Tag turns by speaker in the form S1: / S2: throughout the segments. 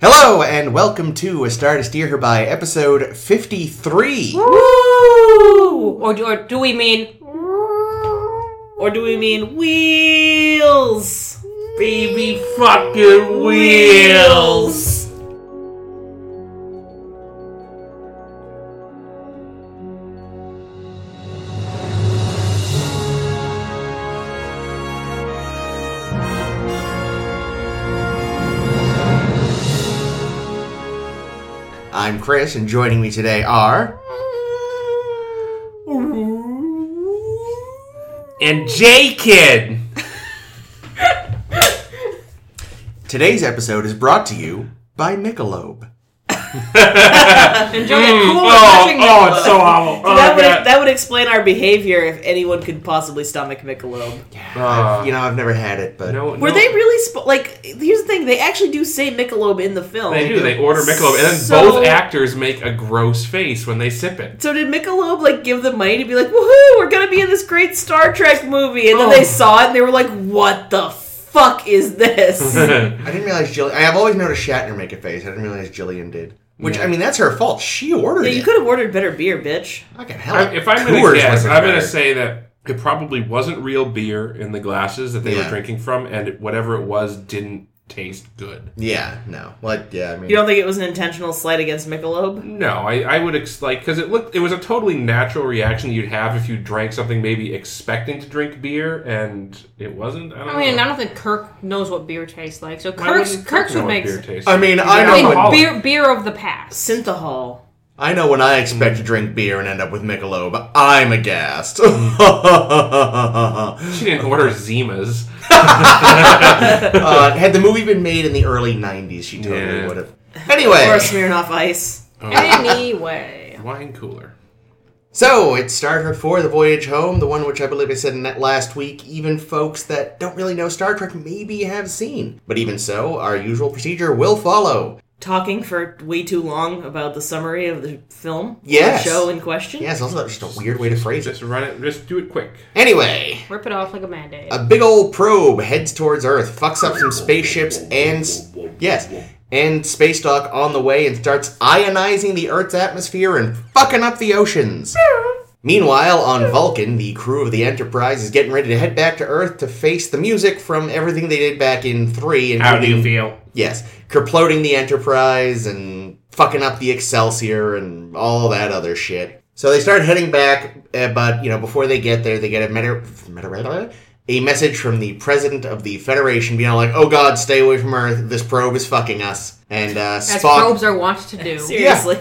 S1: Hello and welcome to A Star to Steer Her By, episode 53.
S2: Woo! Or, do- or do we mean? Or do we mean wheels? Baby fucking wheels!
S1: I'm Chris, and joining me today are.
S3: and J Kid.
S1: Today's episode is brought to you by Michelob.
S2: Enjoy it. Cool,
S3: Oh,
S2: refreshing
S3: oh, it's
S2: Michelob.
S3: so awful. Oh,
S4: that, would,
S3: God.
S4: that would explain our behavior if anyone could possibly stomach Michelob.
S1: I've- you know, I've never had it, but.
S3: No,
S4: Were
S3: no.
S4: they really spo- like? Here's the thing: they actually do say Michelob in the film.
S3: They do. They order Michelob, and then
S4: So-
S3: both actors make a gross face when they sip it.
S4: So did Michelob like give them money to be like, woohoo, we're gonna be in this great Star Trek movie? And then
S3: Oh.
S4: they saw it and they were like, what the fuck is this?
S1: I didn't realize Jillian. I have always noticed Shatner make a face. I didn't realize Jillian did. Which,
S3: Yeah.
S1: I mean, that's her fault. She ordered
S4: yeah, you
S1: it.
S4: could have ordered better beer, bitch.
S1: Fucking hell.
S3: I- if I'm
S1: Coors
S3: gonna guess,
S1: wasn't
S3: I'm gonna
S1: better.
S3: say that it probably wasn't real beer in the glasses that they
S1: Yeah.
S3: were drinking from, and it- whatever it was didn't taste good.
S1: Yeah, no. What? yeah, I mean.
S4: You don't think it was an intentional slight against Michelob?
S3: No, I, I would ex- like because it looked it was a totally natural reaction you'd have if you drank something maybe expecting to drink beer and it wasn't. I don't
S2: I mean,
S3: know.
S2: I don't think Kirk knows what beer tastes like, so
S3: Why
S2: Kirk's
S3: wouldn't
S2: Kirk's
S3: know
S2: would
S3: what
S2: make.
S3: beer
S2: s-
S3: tastes
S1: I
S3: like?
S1: mean,
S3: He's
S1: I
S3: an
S2: I mean,
S3: alcoholic.
S2: beer beer of the past.
S4: Synthahol.
S1: I know when I expect to drink beer and end up with Michelob, I'm aghast. uh,
S3: She didn't order Zimas.
S1: Uh, had the movie been made in the early 90s, she totally
S3: Yeah.
S1: would have. Anyway,
S4: Or Smirnoff Ice.
S2: Anyway,
S3: Wine cooler.
S1: so it's Star Trek 4, The Voyage Home, the one which I believe I said in that last week, even folks that don't really know Star Trek maybe have seen. But even so, our usual procedure will follow.
S4: Talking for way too long about the summary of the film.
S1: Yes.
S4: The show in question.
S1: Yeah, it's also just a weird way to phrase it.
S3: Just run it. Just do it quick.
S1: Anyway,
S2: rip it off like a mandate.
S1: A big old probe heads towards Earth, fucks up some spaceships and s- yes, and space dock on the way and starts ionizing the Earth's atmosphere and fucking up the oceans. Meanwhile, on Vulcan, the crew of the Enterprise is getting ready to head back to Earth to face the music from everything they did back in 3 and
S3: feel?
S1: Yes, kerploding the Enterprise and fucking up the Excelsior and all that other shit. So they start heading back, uh, but you know before they get there, they get a meta- meta- a message from the president of the Federation, being all like, "Oh God, stay away from Earth. This probe is fucking us." And uh,
S2: as
S1: Spock,
S2: probes are wont to do.
S4: Seriously.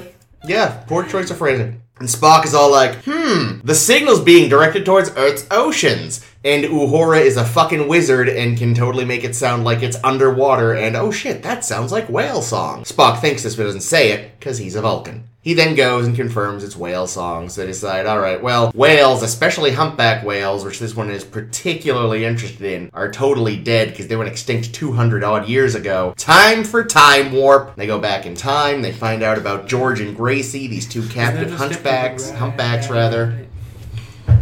S1: yeah, poor choice of phrasing. And Spock is all like, "Hmm, the signal's being directed towards Earth's oceans." And Uhura is a fucking wizard and can totally make it sound like it's underwater. And oh shit, that sounds like whale song. Spock thinks this, but doesn't say it because he's a Vulcan. He then goes and confirms it's whale songs. They decide, all right, well, whales, especially humpback whales, which this one is particularly interested in, are totally dead because they went extinct 200 odd years ago. Time for time warp. They go back in time. They find out about George and Gracie, these two captive
S3: just
S1: hunchbacks,
S3: different, right?
S1: humpbacks rather.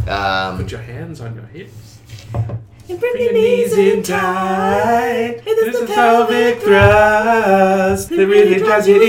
S1: Um,
S3: Put your hands on your hips.
S4: And bring your knees in tight. This is the pelvic
S3: thrust
S4: that really drives you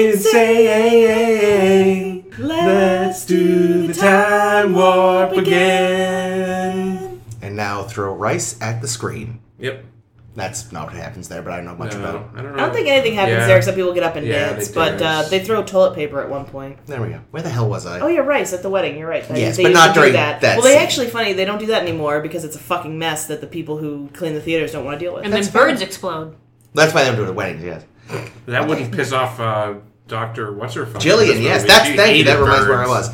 S4: insane. Let's do the time warp
S3: again.
S1: and now throw rice at the screen.
S3: Yep.
S1: That's not what happens there, but I don't know much
S3: No,
S1: about it.
S3: I don't know.
S4: I don't think anything happens
S3: Yeah.
S4: there except people get up and
S3: Yeah,
S4: dance,
S3: they
S4: but uh,
S3: dance.
S4: they throw toilet paper at one point.
S1: There we go. Where the hell was I?
S4: Oh, you're right. It's at the wedding. You're right. They-
S1: Yes,
S4: they
S1: but
S4: used
S1: not
S4: to do
S1: during that
S4: Well, they
S1: scene.
S4: actually funny. They don't do that anymore because it's a fucking mess that the people who clean the theaters don't want to deal with.
S2: And then
S1: That's fine.
S2: birds explode.
S1: That's why they don't do it at weddings, yes.
S3: that wouldn't piss off uh, Doctor What's her fucking
S1: Jillian,
S3: name?
S1: yes,
S3: She
S1: that's thank you.
S3: hated
S1: That reminds
S3: birds.
S1: me where I was.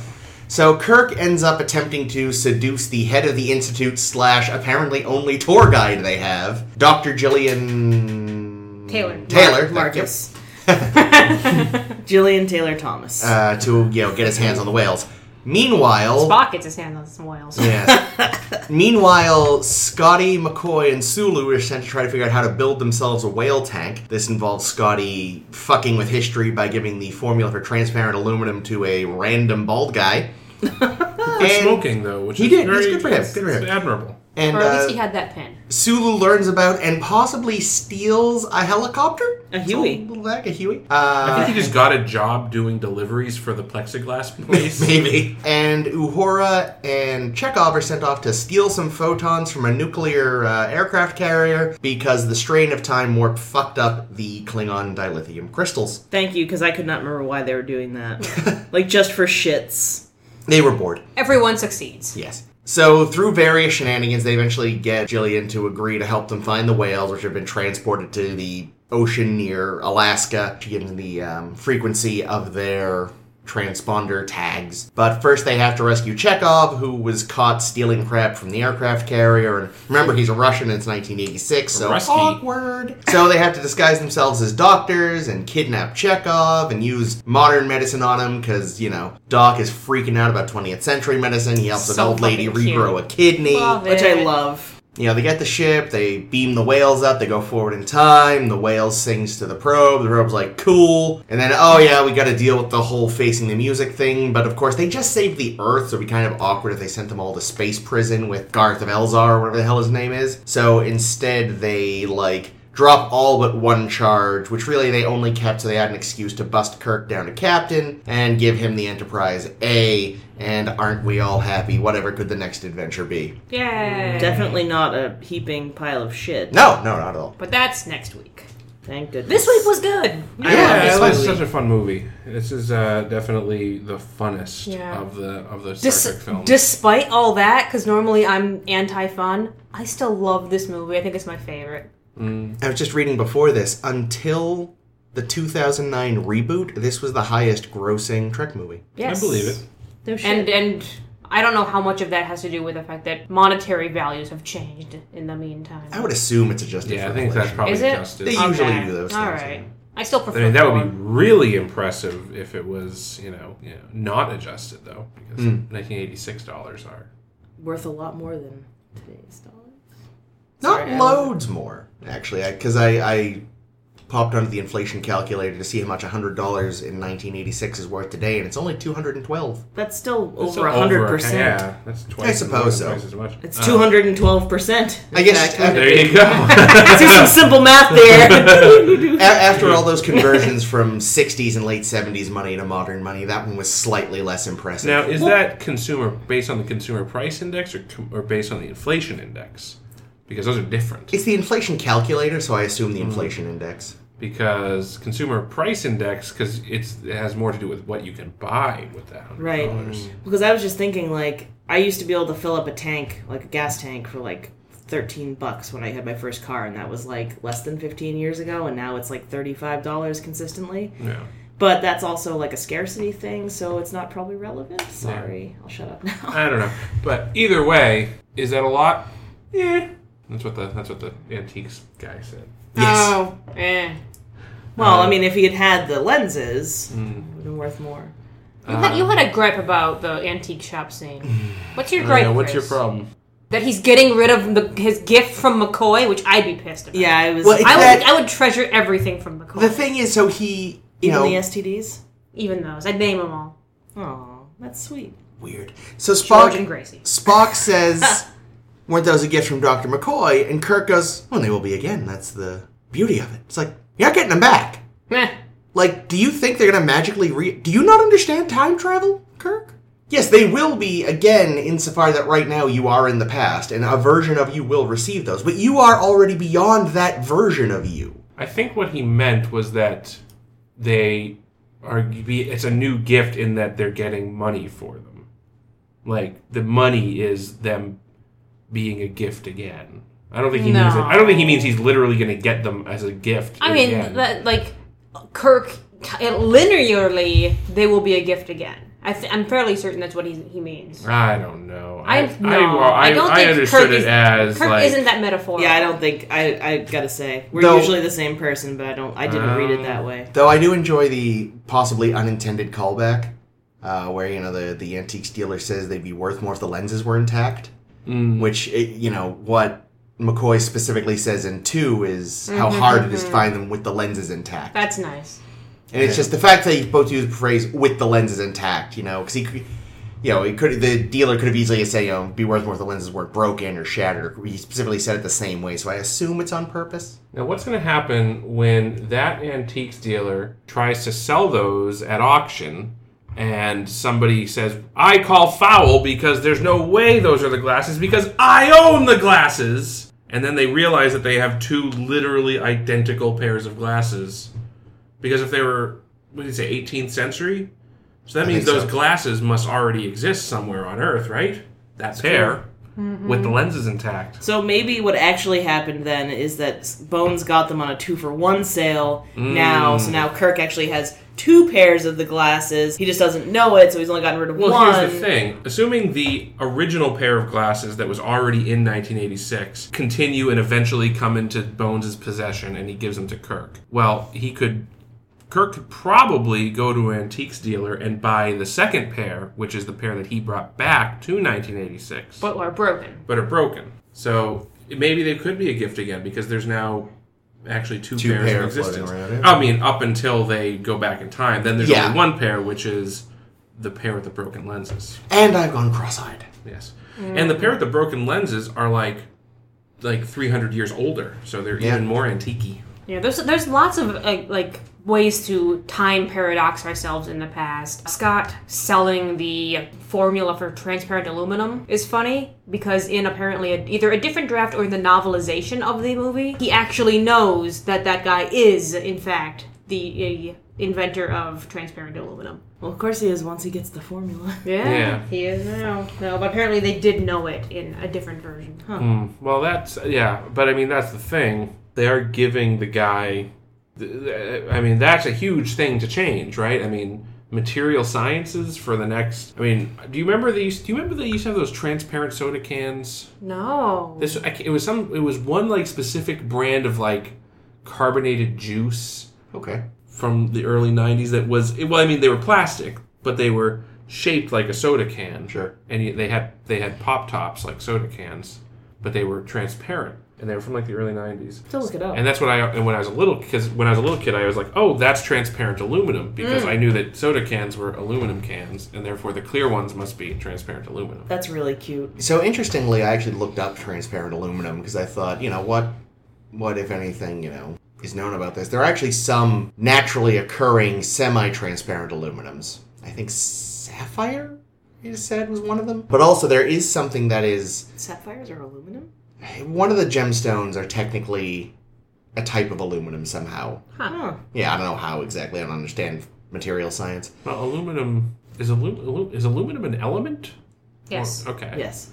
S1: So Kirk ends up attempting to seduce the head of the institute slash apparently only tour guide they have, Doctor Jillian
S2: Taylor.
S1: Taylor thank
S4: Marcus, Jillian Taylor Thomas.
S1: you, uh, to you know get his hands on the whales. Meanwhile,
S2: Spock gets his hand on some whales.
S1: Yes. Meanwhile, Scotty, McCoy, and Sulu are sent to try to figure out how to build themselves a whale tank. This involves Scotty fucking with history by giving the formula for transparent aluminum to a random bald guy.
S3: Quit
S1: And-
S3: smoking though, which
S1: He
S3: is
S1: did. It's
S3: Very,
S1: good for him.
S3: it's-
S1: Good for
S3: it's
S1: him.
S3: admirable.
S1: and
S2: or at least
S1: uh,
S2: he had that pen.
S1: Sulu learns about and possibly steals a helicopter.
S4: A
S1: It's
S4: Huey.
S1: little bag, a Huey.
S3: I
S1: Uh,
S3: think he just got a job doing deliveries for the plexiglass place.
S1: Uh, Maybe. And Uhura and Chekhov are sent off to steal some photons from a nuclear uh, aircraft carrier because the strain of time warp fucked up the Klingon dilithium crystals.
S4: Thank you, because I could not remember why they were doing that. like just for shits.
S1: They were bored.
S2: Everyone succeeds.
S1: Yes. So, through various shenanigans, they eventually get Jillian to agree to help them find the whales, which have been transported to the ocean near Alaska. She gives them the um, frequency of their transponder tags. But first, they have to rescue Chekhov, who was caught stealing crap from the aircraft carrier. And remember, he's a Russian, and it's 1986, so
S3: Rusty.
S1: awkward. So, they have to disguise themselves as doctors and kidnap Chekhov and use modern medicine on him because, you know, Doc is freaking out about 20th century medicine. He helps an
S2: So
S1: old lady
S2: fucking cute.
S1: regrow a kidney.
S2: Love it.
S4: Which I love.
S1: You know, they get the ship, they beam the whales up, they go forward in time, the whale sings to the probe, the probe's like, cool. And then, oh yeah, we gotta deal with the whole facing the music thing, but of course they just saved the Earth, so it'd be kind of awkward if they sent them all to space prison with Garth of Elzar or whatever the hell his name is. So instead they, like, drop all but one charge, which really they only kept so they had an excuse to bust Kirk down to captain and give him the Enterprise A, and aren't we all happy? Whatever could the next adventure be?
S2: Yay.
S4: Definitely not a heaping pile of shit.
S1: No, no, not at all.
S2: But that's next week.
S4: Thank goodness.
S2: This week was good.
S4: I love
S3: yeah,
S4: this
S3: it was
S4: movie.
S3: such a fun movie. This is uh, definitely the funnest
S2: Yeah.
S3: of the of the Star Trek
S2: Dis-
S3: films.
S2: despite all that, because normally I'm anti-fun, I still love this movie. I think it's my favorite.
S1: I was just reading before this. Until the 2009 reboot, this was the highest grossing Trek movie.
S2: Yes.
S3: I believe it.
S4: No shit.
S2: And and I don't know how much of that has to do with the fact that monetary values have changed in the meantime.
S1: I would assume it's adjusted.
S3: Yeah,
S1: for
S3: I think that's
S1: inflation.
S3: probably
S2: Is it?
S3: justice.
S1: They usually do those
S2: All
S1: things,
S2: right.
S1: yeah.
S2: I still prefer.
S3: I mean, that would be
S2: four.
S3: really impressive if it was, you know, you know not adjusted though, because
S1: Hmm.
S3: 1986 dollars are.
S4: worth a lot more than today's dollar.
S1: not
S4: Sorry, I
S1: loads more actually, because I, I popped onto the inflation calculator to see how much $100 in 1986 is worth today, and it's only 212.
S4: That's still
S3: It's
S4: over hundred percent.
S3: Yeah, that's twice.
S1: I
S3: as
S1: suppose
S3: much-
S1: so.
S3: Twice as much.
S4: It's
S3: Uh,
S4: two hundred and twelve percent.
S1: I guess uh,
S3: There you
S4: Do some
S3: go.
S4: simple math there.
S1: a- after all those conversions from 60s and late 70s money to modern money, that one was slightly less impressive.
S3: now, is that consumer based on the consumer price index or com- or based on the inflation index? Because those are different.
S1: it's the inflation calculator, so I assume
S3: Hmm.
S1: the inflation index.
S3: because consumer price index because it's it has more to do with what you can buy with that hundred
S4: Right.
S3: dollars.
S4: because I was just thinking, like, I used to be able to fill up a tank, like a gas tank, for like thirteen bucks when I had my first car, and that was like less than fifteen years ago, and now it's like thirty-five dollars consistently.
S3: Yeah,
S4: But that's also like a scarcity thing, so it's not probably relevant. Sorry, I'll shut up now.
S3: I don't know, but either way, is that a lot? Yeah, that's what the that's what the antiques guy said.
S1: Yes.
S2: Oh, eh.
S4: Well, I mean, if he had had the lenses, it would have been worth more.
S2: You, had, you had a gripe about the antique shop scene. What's your
S3: I
S2: gripe?
S3: know, what's your
S2: Chris?
S3: problem?
S2: That he's getting rid of the, his gift from McCoy, which I'd be pissed about.
S4: Yeah, it was.
S1: Well, it-
S2: I would,
S1: That-
S2: I would treasure everything from McCoy.
S1: The thing is, so he, you
S4: even
S1: know,
S4: the STDs.
S2: Even those. I'd name them all.
S4: Oh, that's sweet.
S1: weird. So
S2: George and
S1: Spock,
S2: Gracie.
S1: Spock says, "Weren't those a gift from Doctor McCoy?" And Kirk goes, "Well, they will be again. That's the beauty of it." It's like you're not getting them back.
S2: Meh.
S1: Like, do you think they're gonna magically re? Do you not understand time travel, Kirk? Yes, they will be again, insofar that right now you are in the past, and a version of you will receive those. But you are already beyond that version of you.
S3: I think what he meant was that they are be it's a new gift in that they're getting money for them. Like the money is them being a gift again. I don't think he means it. I don't think he means he's literally going to get them as a gift.
S2: I mean,
S3: again.
S2: that, like, Kirk, t- linearly, they will be a gift again. I th- I'm fairly certain that's what he, he means.
S3: I don't know.
S2: I, no,
S3: I, well, I,
S2: I don't
S3: I
S2: think
S3: understood
S2: Kirk
S3: it
S2: is-
S3: as
S2: Kirk
S3: like
S2: isn't that metaphor.
S4: Yeah, I don't think I. I gotta say, we're
S1: Though-
S4: usually the same person, but I don't. I didn't read it that way.
S1: Though I do enjoy the possibly unintended callback, uh, where you know the the antique dealer says they'd be worth more if the lenses were intact, which it, you know what McCoy specifically says in two is how hard it is to find them with the lenses intact,
S2: That's nice.
S1: and it's just the fact that he both use the phrase "with the lenses intact," you know, because he. you know, it could the dealer could have easily said, you know, be worth more if the lenses were broken or shattered. He specifically said it the same way, so I assume it's on purpose.
S3: Now, what's going to happen when that antiques dealer tries to sell those at auction and somebody says, I call foul because there's no way those are the glasses because I own the glasses? And then they realize that they have two literally identical pairs of glasses because if they were, what did you say, 18th century? So that
S1: I
S3: means
S1: think
S3: those
S1: so.
S3: glasses must already exist somewhere on Earth, right? That pair with
S1: Mm-hmm.
S3: the lenses intact.
S4: So maybe what actually happened then is that Bones got them on a two for one sale now. So now Kirk actually has two pairs of the glasses. He just doesn't know it, so he's only gotten rid of
S3: Well,
S4: one.
S3: here's the thing. Assuming the original pair of glasses that was already in 1986 continue and eventually come into Bones' possession and he gives them to Kirk. Well, he could. Kirk could probably go to an antiques dealer and buy the second pair, which is the pair that he brought back to 1986,
S2: But are broken.
S3: but are broken. So maybe they could be a gift again because there's now actually two,
S1: Two
S3: pairs
S1: pair
S3: in
S1: floating
S3: existence.
S1: around. yeah.
S3: I mean, up until they go back in time, then there's
S1: Yeah.
S3: only one pair, which is the pair with the broken lenses.
S1: And I've gone cross-eyed.
S3: Yes, and the pair with the broken lenses are like like 300 years older, so they're
S1: Yeah.
S3: even more antiquey.
S2: Yeah, there's there's lots of uh, like ways to time paradox ourselves in the past. Scott selling the formula for transparent aluminum is funny because in apparently a, either a different draft or the novelization of the movie, he actually knows that that guy is in fact the uh, inventor of transparent aluminum.
S4: Well, of course he is once he gets the formula.
S2: Yeah,
S3: Yeah.
S2: he is now. No, but apparently they did know it in a different version.
S3: Hmm. Well, that's yeah, but I mean that's the thing. They are giving the guy. th- th- I mean that's a huge thing to change, right? I mean material sciences for the next. I mean, do you remember these? Do you remember they used to have those transparent soda cans?
S2: No.
S3: This I ca- it was some it was one like specific brand of like carbonated juice
S1: Okay.
S3: from the early 90s that was it- well I mean they were plastic but they were shaped like a soda can
S1: Sure.
S3: and you- they had they had pop tops like soda cans but they were transparent and they were from like the early 90s
S4: So look it up.
S3: and that's what I and when I was a little because when I was a little kid I was like oh that's transparent aluminum because
S4: Mm.
S3: I knew that soda cans were aluminum cans and therefore the clear ones must be transparent aluminum
S4: That's really cute.
S1: So interestingly, I actually looked up transparent aluminum because I thought, you know, what, what if anything, you know, is known about this? There are actually some naturally occurring semi-transparent aluminums. I think sapphire, you just said, was one of them. But also, there is something that is
S4: Sapphires are aluminum?
S1: one of the gemstones are technically a type of aluminum somehow.
S4: Huh.
S1: Yeah, I don't know how exactly. I don't understand material science.
S3: Well, aluminum is alu- alu- is aluminum an element?
S2: yes.
S3: Or- okay.
S4: Yes.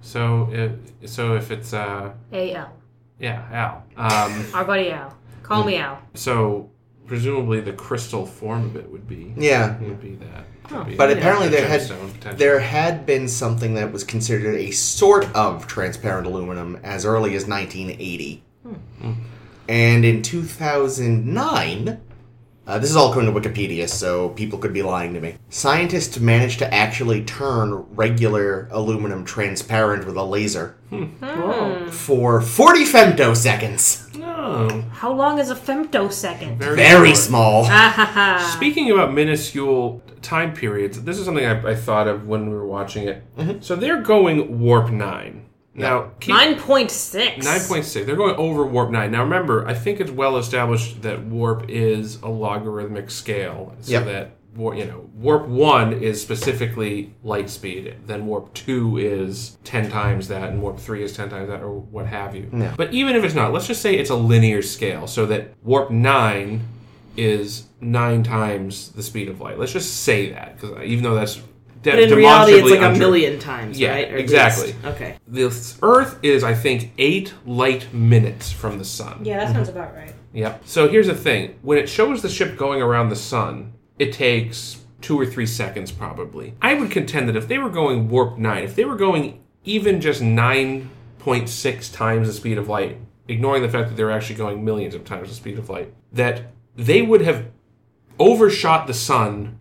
S3: So if, so if it's uh
S2: A L.
S3: yeah Al. Um,
S2: Our buddy Al. Call
S3: Hmm.
S2: me Al.
S3: so presumably the crystal form of it would be
S1: Yeah.
S3: would be that.
S4: Huh.
S3: Would be
S1: But
S3: a
S1: apparently there had-
S3: gemstone, potentially.
S1: There had been something that was considered a sort of transparent aluminum as early as 1980. And in 2009, uh, this is all according to Wikipedia, so people could be lying to me. Scientists managed to actually turn regular aluminum transparent with a laser
S4: Whoa.
S1: for 40 femtoseconds.
S3: no
S2: How long is a femtosecond?
S3: very,
S1: Very
S3: short.
S1: small.
S2: Ah, ha, ha.
S3: Speaking about minuscule time periods, this is something I, I thought of when we were watching it.
S1: Mm-hmm.
S3: So they're going warp nine now. Keep,
S2: Nine point six.
S3: Nine point six. They're going over warp nine. Now remember, I think it's well established that warp is a logarithmic scale, so
S1: Yep.
S3: that war- you know warp one is specifically light speed. Then warp two is ten times that, and warp three is ten times that, or what have you.
S1: Yeah.
S3: But even if it's not, let's just say it's a linear scale, so that warp nine is nine times the speed of light. Let's just say that, because even though that's de-
S4: But in reality, it's
S3: demonstrably
S4: like a
S3: untrue.
S4: million times,
S3: Yeah,
S4: right? Or at
S3: exactly.
S4: least- Okay.
S3: This Earth is, I think, eight light minutes from the sun.
S2: Yeah, that sounds about right.
S3: Yep. So here's the thing: when it shows the ship going around the sun, it takes two or three seconds probably. I would contend that if they were going warp nine, if they were going even just nine point six times the speed of light, ignoring the fact that they're actually going millions of times the speed of light, that they would have overshot the sun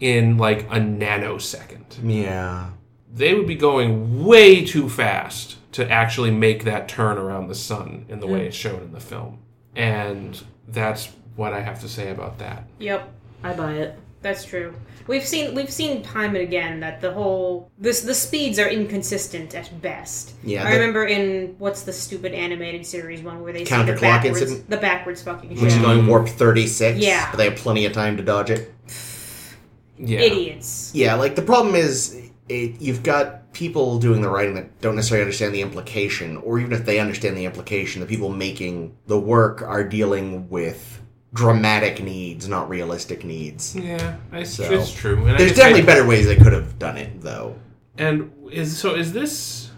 S3: in like a nanosecond
S1: Yeah.
S3: they would be going way too fast to actually make that turn around the sun
S2: Hmm.
S3: in the way it's shown in the film. And that's what I have to say about that.
S4: Yep. I buy it.
S2: That's true. We've seen we've seen time and again that the whole this the speeds are inconsistent at best.
S1: Yeah,
S2: I
S1: that-
S2: remember in what's the stupid animated series one where they see the
S1: Counterclock
S2: backwards
S1: incident?
S2: the backwards fucking
S1: Which
S2: shit.
S1: is going warp 36.
S2: Yeah.
S1: But they have plenty of time to dodge it.
S3: Yeah.
S2: idiots.
S1: Yeah, like the problem is it, you've got people doing the writing that don't necessarily understand the implication, or even if they understand the implication, the people making the work are dealing with dramatic needs, not realistic needs.
S3: Yeah, I,
S1: So-
S3: it's true. And I
S1: There's
S3: just- I-
S1: definitely better ways they could have done it, though.
S3: And is so is this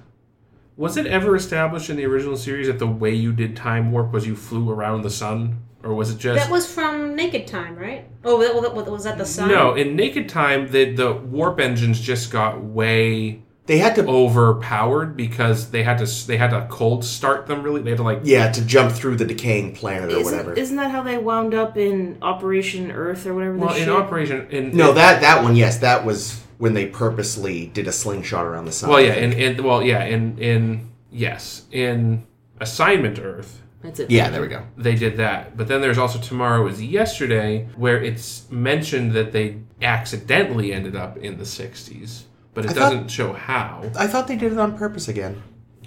S3: was it ever established in the original series that the way you did time warp was you flew around the sun or was it just
S2: That was from Naked Time, right? Oh, that, that, was that the sun?
S3: No, in Naked Time the the warp engines just got way
S1: They had
S3: Oh.
S1: to,
S3: overpowered because they had to they had to cold start them really. They had to like
S1: yeah, to jump through the decaying planet or whatever.
S4: Isn't, isn't that how they wound up in Operation Earth or whatever?
S3: well
S4: the
S3: in
S4: shit?
S3: operation in
S1: no, that that one, yes, that was when they purposely did a slingshot around the sun.
S3: well yeah in, in well yeah in in yes in Assignment Earth
S4: That's it.
S1: yeah, there we go.
S3: they did that. But then there's also Tomorrow is Yesterday, where it's mentioned that they accidentally ended up in the 60s, but it
S1: I thought-
S3: doesn't show how.
S1: I thought they did it on purpose again.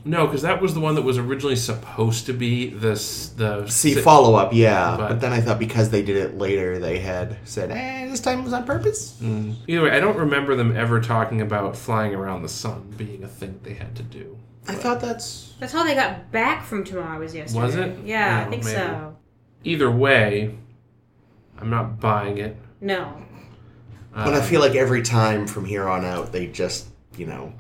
S3: No, because that was the one that was originally supposed to be the s- the
S1: See
S3: si-
S1: follow up, yeah. But,
S3: But-
S1: then I thought because they did it later, they had said, "Eh, this time it was on purpose."
S3: Mm. Either way, I don't remember them ever talking about flying around the sun being a thing they had to do.
S1: I thought that's
S2: That's how they got back from Tomorrow was yesterday.
S3: Was it?
S2: Yeah, I
S3: Oh,
S2: think
S3: maybe.
S2: so.
S3: Either way, I'm not buying it.
S2: No.
S1: but I
S3: Uh,
S1: feel like every time from here on out, they just you know,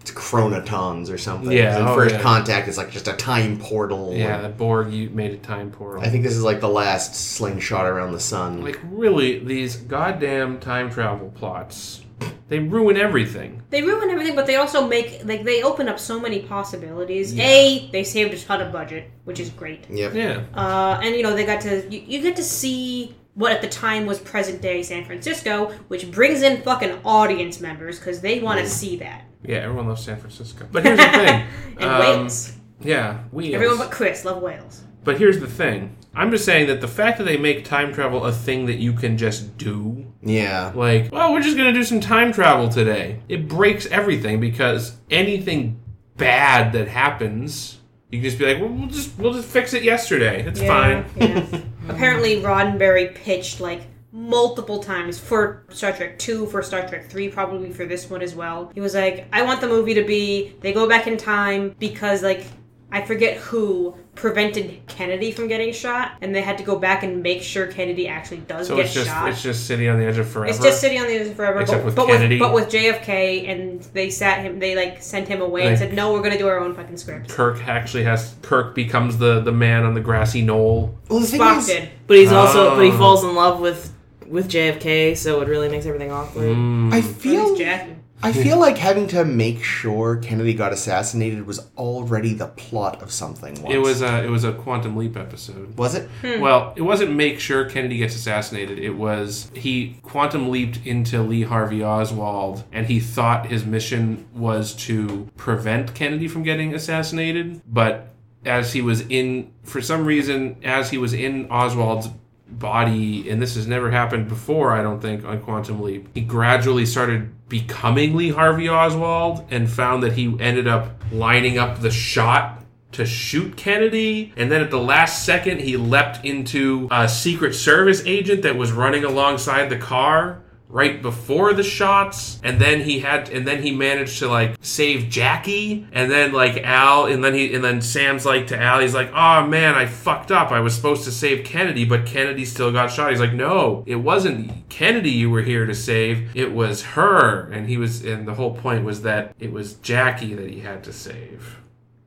S1: it's chronotons or something. 'Cause
S3: Yeah,
S1: in
S3: oh,
S1: first
S3: yeah.
S1: contact, it's like just a time portal.
S3: yeah, the Borg you made a time portal.
S1: I think this is like the last slingshot around the sun.
S3: like really, these goddamn time travel plots, they ruin everything.
S2: They ruin everything, but they also make like they open up so many possibilities. A, they saved a ton of budget, which is great.
S1: yep.
S3: Yeah.
S2: Uh, and you know they got to you, you get to see what at the time was present day San Francisco, which brings in fucking audience members because they want to see that.
S3: Yeah, everyone loves San Francisco. But here's the thing.
S2: And
S3: um,
S2: Wales,
S3: Yeah, we.
S2: everyone but Chris love Wales.
S3: But here's the thing. I'm just saying that the fact that they make time travel a thing that you can just do,
S1: Yeah.
S3: like, well, we're just going to do some time travel today, it breaks everything because anything bad that happens, you can just be like, well, we'll just we'll just fix it yesterday. It's fine.
S2: Yeah. Apparently Roddenberry pitched like multiple times for Star Trek 2, for Star Trek 3, probably for this one as well. He was like, I want the movie to be they go back in time because like I forget who prevented Kennedy from getting shot and they had to go back and make sure Kennedy actually does
S3: So
S2: get
S3: it's just
S2: shot.
S3: it's just sitting on the edge of forever.
S2: It's just sitting on the internet forever,
S3: Except
S2: but,
S3: with
S2: but
S3: Kennedy.
S2: with but with JFK, and they sat him. They like sent him away and
S3: Like-
S2: said, "No, we're gonna do our own fucking script."
S3: Kirk actually has Kirk becomes the the man on the grassy knoll.
S1: Well, the thing
S2: Spock
S1: is-
S2: did.
S4: But he's also but he
S3: Oh.
S4: falls in love with with JFK, so it really makes everything awkward.
S3: Mm.
S1: I
S2: Or at
S1: feel
S2: least Jack. did.
S1: I feel like having to make sure Kennedy got assassinated was already the plot of something. Once.
S3: It was a it was a quantum leap episode.
S1: was it?
S3: Well, it wasn't make sure Kennedy gets assassinated. It was he quantum leaped into Lee Harvey Oswald and he thought his mission was to prevent Kennedy from getting assassinated. But as he was in, for some reason, as he was in Oswald's body, and this has never happened before, I don't think, on Quantum Leap, he gradually started becoming Lee Harvey Oswald and found that he ended up lining up the shot to shoot Kennedy, and then at the last second, he leapt into a Secret Service agent that was running alongside the car right before the shots and then he had and then he managed to like save Jackie and then like Al and then he and then Sam's like to Al he's like oh man I fucked up I was supposed to save Kennedy but Kennedy still got shot he's like no it wasn't Kennedy you were here to save it was her and he was and the whole point was that it was Jackie that he had to save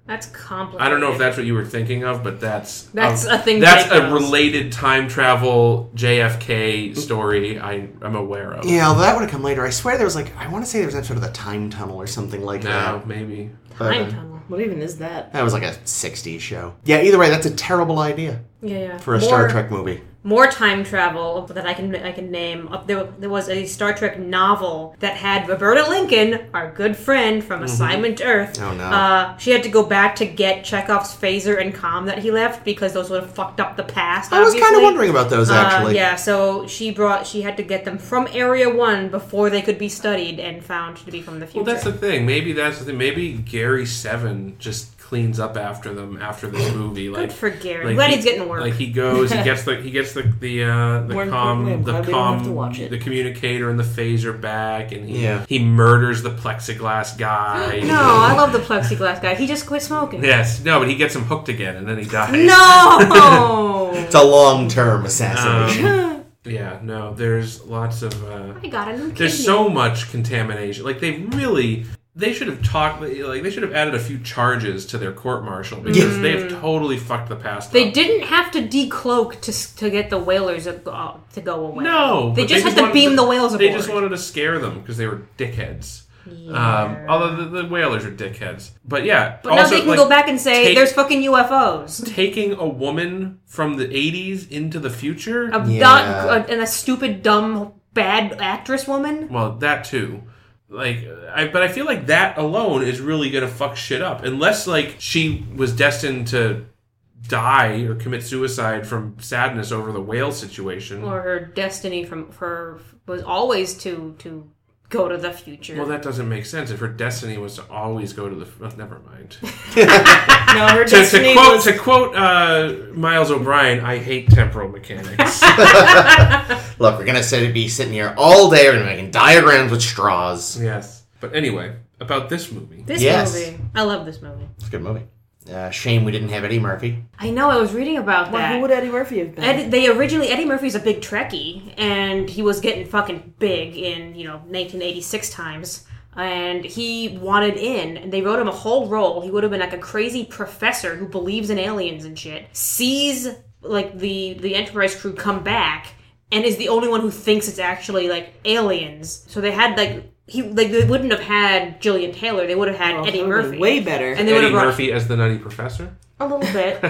S2: That's complicated.
S3: I don't know if that's what you were thinking of, but that's
S2: That's a thing
S3: That's
S2: Jake
S3: a
S2: knows.
S3: related time travel JFK story I, I'm aware of.
S1: Yeah, although that would have come later. I swear there was like I want to say there was an episode of the Time Tunnel or something like
S3: No,
S1: that.
S3: maybe.
S1: But,
S2: time
S1: uh,
S2: tunnel.
S4: What even is that?
S1: that was like a '60s show. Yeah. Either way, that's a terrible idea.
S2: Yeah, yeah.
S1: for a Star
S2: More-
S1: Trek movie.
S2: more time travel that I can I can name. Up there, there was a Star Trek novel that had Roberta Lincoln, our good friend from Assignment Earth.
S1: Mm-hmm. Oh, no.
S2: Uh, she had to go back to get Chekhov's phaser and comm that he left because those would have fucked up the past.
S1: I was kind of
S2: obviously.
S1: wondering about those
S2: Uh,
S1: actually.
S2: yeah, so she brought she had to get them from Area One before they could be studied and found to be from the future.
S3: Well, that's the thing. Maybe that's the thing. Maybe Gary Seven just cleans up after them after this movie. Like
S2: good for Gary.
S3: like
S2: Glad
S3: he-
S2: he's getting work.
S3: Like he goes, he gets the he gets the the uh, the
S4: We're in
S3: com
S4: program.
S3: the
S4: Glad we don't have to
S3: com
S4: watch it.
S3: the communicator and the phaser back, and he
S1: Yeah.
S3: he murders the plexiglass guy.
S2: no, I love the plexiglass guy. He just quit smoking.
S3: Yes, no, but he gets him hooked again, and then he dies.
S2: No.
S1: It's a long term assassination.
S2: Uh.
S3: Um, yeah, no. There's lots of. Uh,
S2: I got a new kidney.
S3: there's so much contamination. Like they really, they should have talked. Like they should have added a few charges to their court martial because they've totally fucked the past.
S2: They
S3: up.
S2: didn't have to decloak to s- to get the whalers ab- uh, to go away.
S3: No,
S2: they
S3: but
S2: just had to
S3: wanted
S2: beam the whales aboard.
S3: They just wanted to scare them because they were dickheads. Um, although the, the whalers are dickheads, but yeah.
S2: but now they can go back and say
S3: take-
S2: there's fucking UFOs.
S3: Taking a woman from the '80s into the future.
S2: A
S1: Yeah.
S2: dumb- and a stupid dumb bad actress woman.
S3: Well, that too. Like, I but I feel like that alone is really gonna fuck shit up. Unless like she was destined to die or commit suicide from sadness over the whale situation.
S2: Or her destiny from her was always to to go to the future.
S3: well, that doesn't make sense. If her destiny was to always go to the, well, never mind.
S4: No, her
S3: to, to
S4: destiny
S3: quote
S4: was.
S3: to quote uh, Miles O'Brien, I hate temporal mechanics.
S1: Look, we're gonna sit, be sitting here all day. We're gonna making diagrams with straws.
S3: yes, but anyway, about this movie.
S2: this
S1: Yes.
S2: movie, I love this movie.
S1: It's a good movie. Uh, shame we didn't have Eddie Murphy.
S2: I know I was reading about
S4: Well,
S2: that.
S4: who would Eddie Murphy have been?
S2: Ed, they originally Eddie Murphy's a big Trekkie, and he was getting fucking big in you know 1986 times. And he wanted in, and they wrote him a whole role. He would have been like a crazy professor who believes in aliens and shit. Sees like the the Enterprise crew come back, and is the only one who thinks it's actually like aliens. So they had like he like they wouldn't have had Jillian Taylor. They would have had
S4: Well,
S2: Eddie
S4: Oh, that would've been
S2: Murphy.
S4: Way better.
S2: and they would
S3: Eddie
S2: have brought
S3: Murphy as the nutty professor.
S2: a little bit.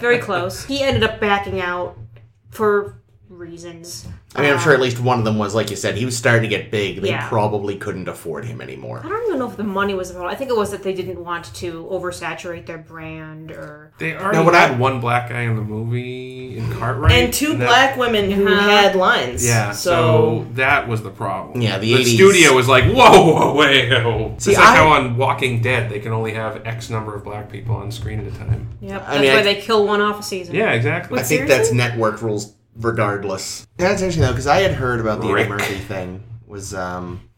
S2: Very close. He ended up backing out for reasons.
S1: I mean, I'm sure at least one of them was, like you said, he was starting to get big. They
S2: Uh. Yeah.
S1: probably couldn't afford him anymore.
S2: I don't even know if the money was the problem. I think it was that they didn't want to oversaturate their brand or.
S3: They already
S1: No, what
S3: had
S1: I-
S3: one black guy in the movie in Cartwright,
S4: and two
S3: that-
S4: black women who
S2: Uh-huh.
S4: had lines.
S3: Yeah, so, that was the problem.
S1: Yeah, the
S3: the
S1: 80s.
S3: studio was like, whoa, whoa, whoa. It's
S1: See,
S3: like how
S1: I-
S3: on Walking Dead they can only have X number of black people on screen at a time.
S2: Yep.
S1: I
S2: that's
S1: mean,
S2: why
S1: I-
S2: they kill one off a season.
S3: Yeah, exactly.
S1: I think that's network rules, regardless. That's interesting though, because I had heard about the
S3: Rick.
S1: Eddie Murphy thing. Was um,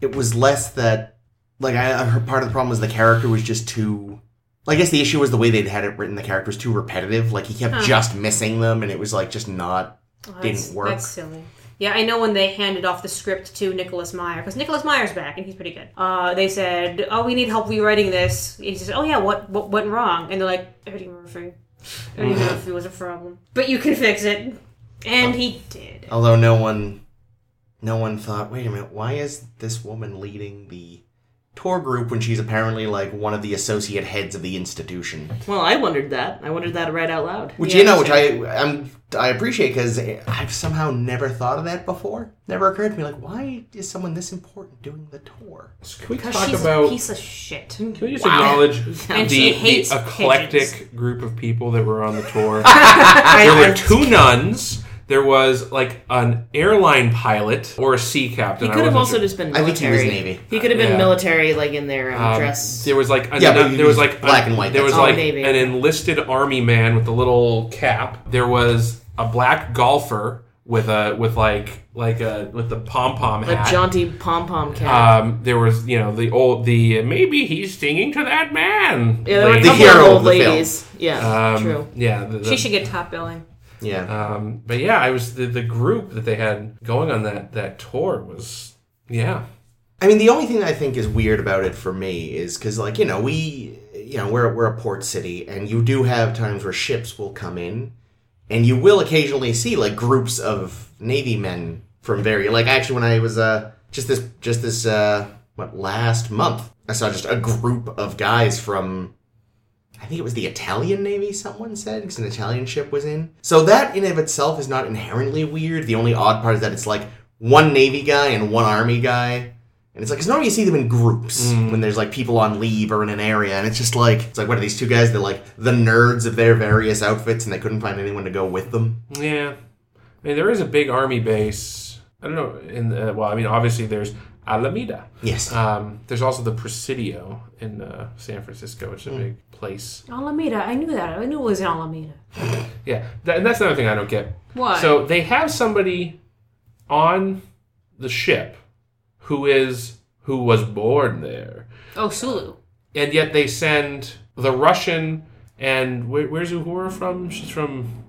S1: it was less that like I, I heard part of the problem was the character was just too. I guess the issue was the way they'd had it written. The character was too repetitive. Like he kept just missing them, and it was like just not.
S2: Oh,
S1: didn't
S2: that's-
S1: work.
S2: That's silly. Yeah, I know when they handed off the script to Nicholas Meyer because Nicholas Meyer's back and he's pretty good. Uh, they said, "Oh, we need help rewriting this." And he says, "Oh yeah, what what went wrong?" And they're like, "Eddie Murphy, Eddie Murphy was a problem, but you can fix it," and he did.
S1: Although no one, no one thought. Wait a minute, why is this woman leading the tour group when she's apparently like one of the associate heads of the institution?
S4: Well, I wondered that. I wondered that right out loud.
S1: Which
S2: Yeah,
S1: you know, which I I'm, I appreciate because I've somehow never thought of that before. Never occurred to me like, why is someone this important doing the tour?
S3: Can we
S2: Because
S3: talk
S2: she's a
S3: about.
S2: piece of shit.
S3: Can we just acknowledge the,
S2: And she
S3: the
S2: hates
S3: eclectic
S2: pigeons.
S3: group of people that were on the tour?
S4: I,
S3: there were
S4: I-
S3: two nuns. There was like an airline pilot or a sea captain.
S4: He
S3: I
S4: could have
S3: wasn't
S4: also
S3: sure.
S4: just been
S1: I
S4: military.
S1: think he was Navy.
S4: He could have been
S3: Yeah.
S4: military, like in their um,
S3: Um,
S4: dress.
S3: There was like a,
S1: Yeah, but
S3: there was like
S1: black
S3: a-
S1: and white,
S3: There was
S1: that's
S4: all.
S3: like
S4: Oh, maybe.
S3: an enlisted army man with a little cap. There was a black golfer with a with like like a with the pom pom
S4: A
S3: hat.
S4: jaunty pom pom cap.
S3: um, there was you know the old the maybe he's singing to that man.
S4: yeah, there were a
S3: lady.
S4: couple
S1: hero
S4: of
S1: of
S4: old
S1: the film.
S4: ladies. Yeah,
S3: um,
S4: true.
S3: Yeah, the, the-
S2: She should get top billing.
S1: Yeah.
S3: Um, but yeah, I was the, the group that they had going on that that tour was yeah.
S1: I mean, the only thing I think is weird about it for me is because, like, you know, we, you know, we're we're a port city, and you do have times where ships will come in, and you will occasionally see like groups of Navy men from very like actually when I was uh just this just this uh what last month I saw just a group of guys from I think it was the Italian Navy, someone said, because an Italian ship was in. So that in and of itself is not inherently weird. The only odd part is that it's like one Navy guy and one Army guy. And it's like, because normally you see them in groups when there's like people on leave or in an area. And it's just like, it's like, what are these two guys? They're like the nerds of their various outfits and they couldn't find anyone to go with them.
S3: Yeah, I mean there is a big army base. I don't know. In the, well, I mean obviously there's Alameda.
S1: Yes.
S3: Um, there's also the Presidio in uh, San Francisco, which is a big place.
S2: Alameda. I knew that. I knew it was in Alameda.
S3: Yeah, That- and that's another thing I don't get.
S2: What?
S3: So they have somebody on the ship who is who was born there,
S2: oh, Sulu.
S3: and yet they send the Russian and where, where's Uhura from? She's from.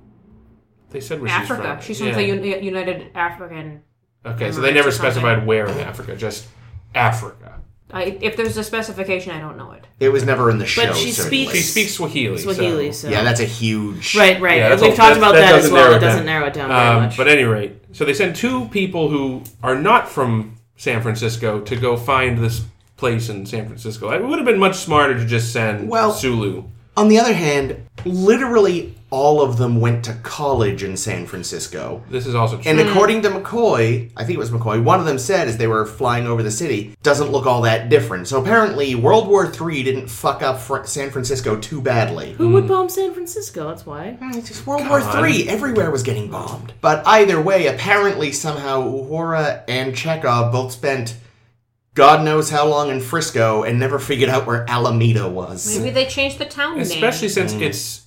S3: They said where
S2: Africa.
S3: she's
S2: She's
S3: from.
S2: from the
S3: Yeah.
S2: Uni- United African.
S3: Okay, so
S2: Emirates
S3: they never
S2: or something.
S3: specified where in Africa, just Africa.
S2: I, if there's a specification, I don't know it.
S1: It was never in the show.
S4: she
S1: certainly.
S3: She speaks Swahili. so-
S4: Swahili, so.
S1: Yeah, that's a huge.
S4: Right, right.
S3: Yeah, that's
S4: We've
S3: all-
S4: talked
S3: that-
S4: about
S3: that
S4: that, as
S3: doesn't
S4: well.
S3: narrow
S4: It
S3: it down.
S4: doesn't narrow it down very
S3: Um,
S4: much.
S3: but at any rate, so they send two people who are not from San Francisco to go find this place in San Francisco. It would have been much smarter to just send
S1: Well-
S3: Sulu.
S1: On the other hand, literally all of them went to college in San Francisco.
S3: This is also true.
S1: And according to McCoy, I think it was McCoy, one of them said as they were flying over the city, doesn't look all that different. So apparently, World War III didn't fuck up Fr- San Francisco too badly.
S4: Who
S3: Mm.
S4: would bomb San Francisco? That's why.
S1: Mm, It's just World War III. Everywhere was getting bombed. But either way, apparently somehow Uhura and Chekhov both spent God knows how long in Frisco and never figured out where Alameda was.
S2: Maybe they changed the town
S3: Especially
S4: Mm.
S3: since it's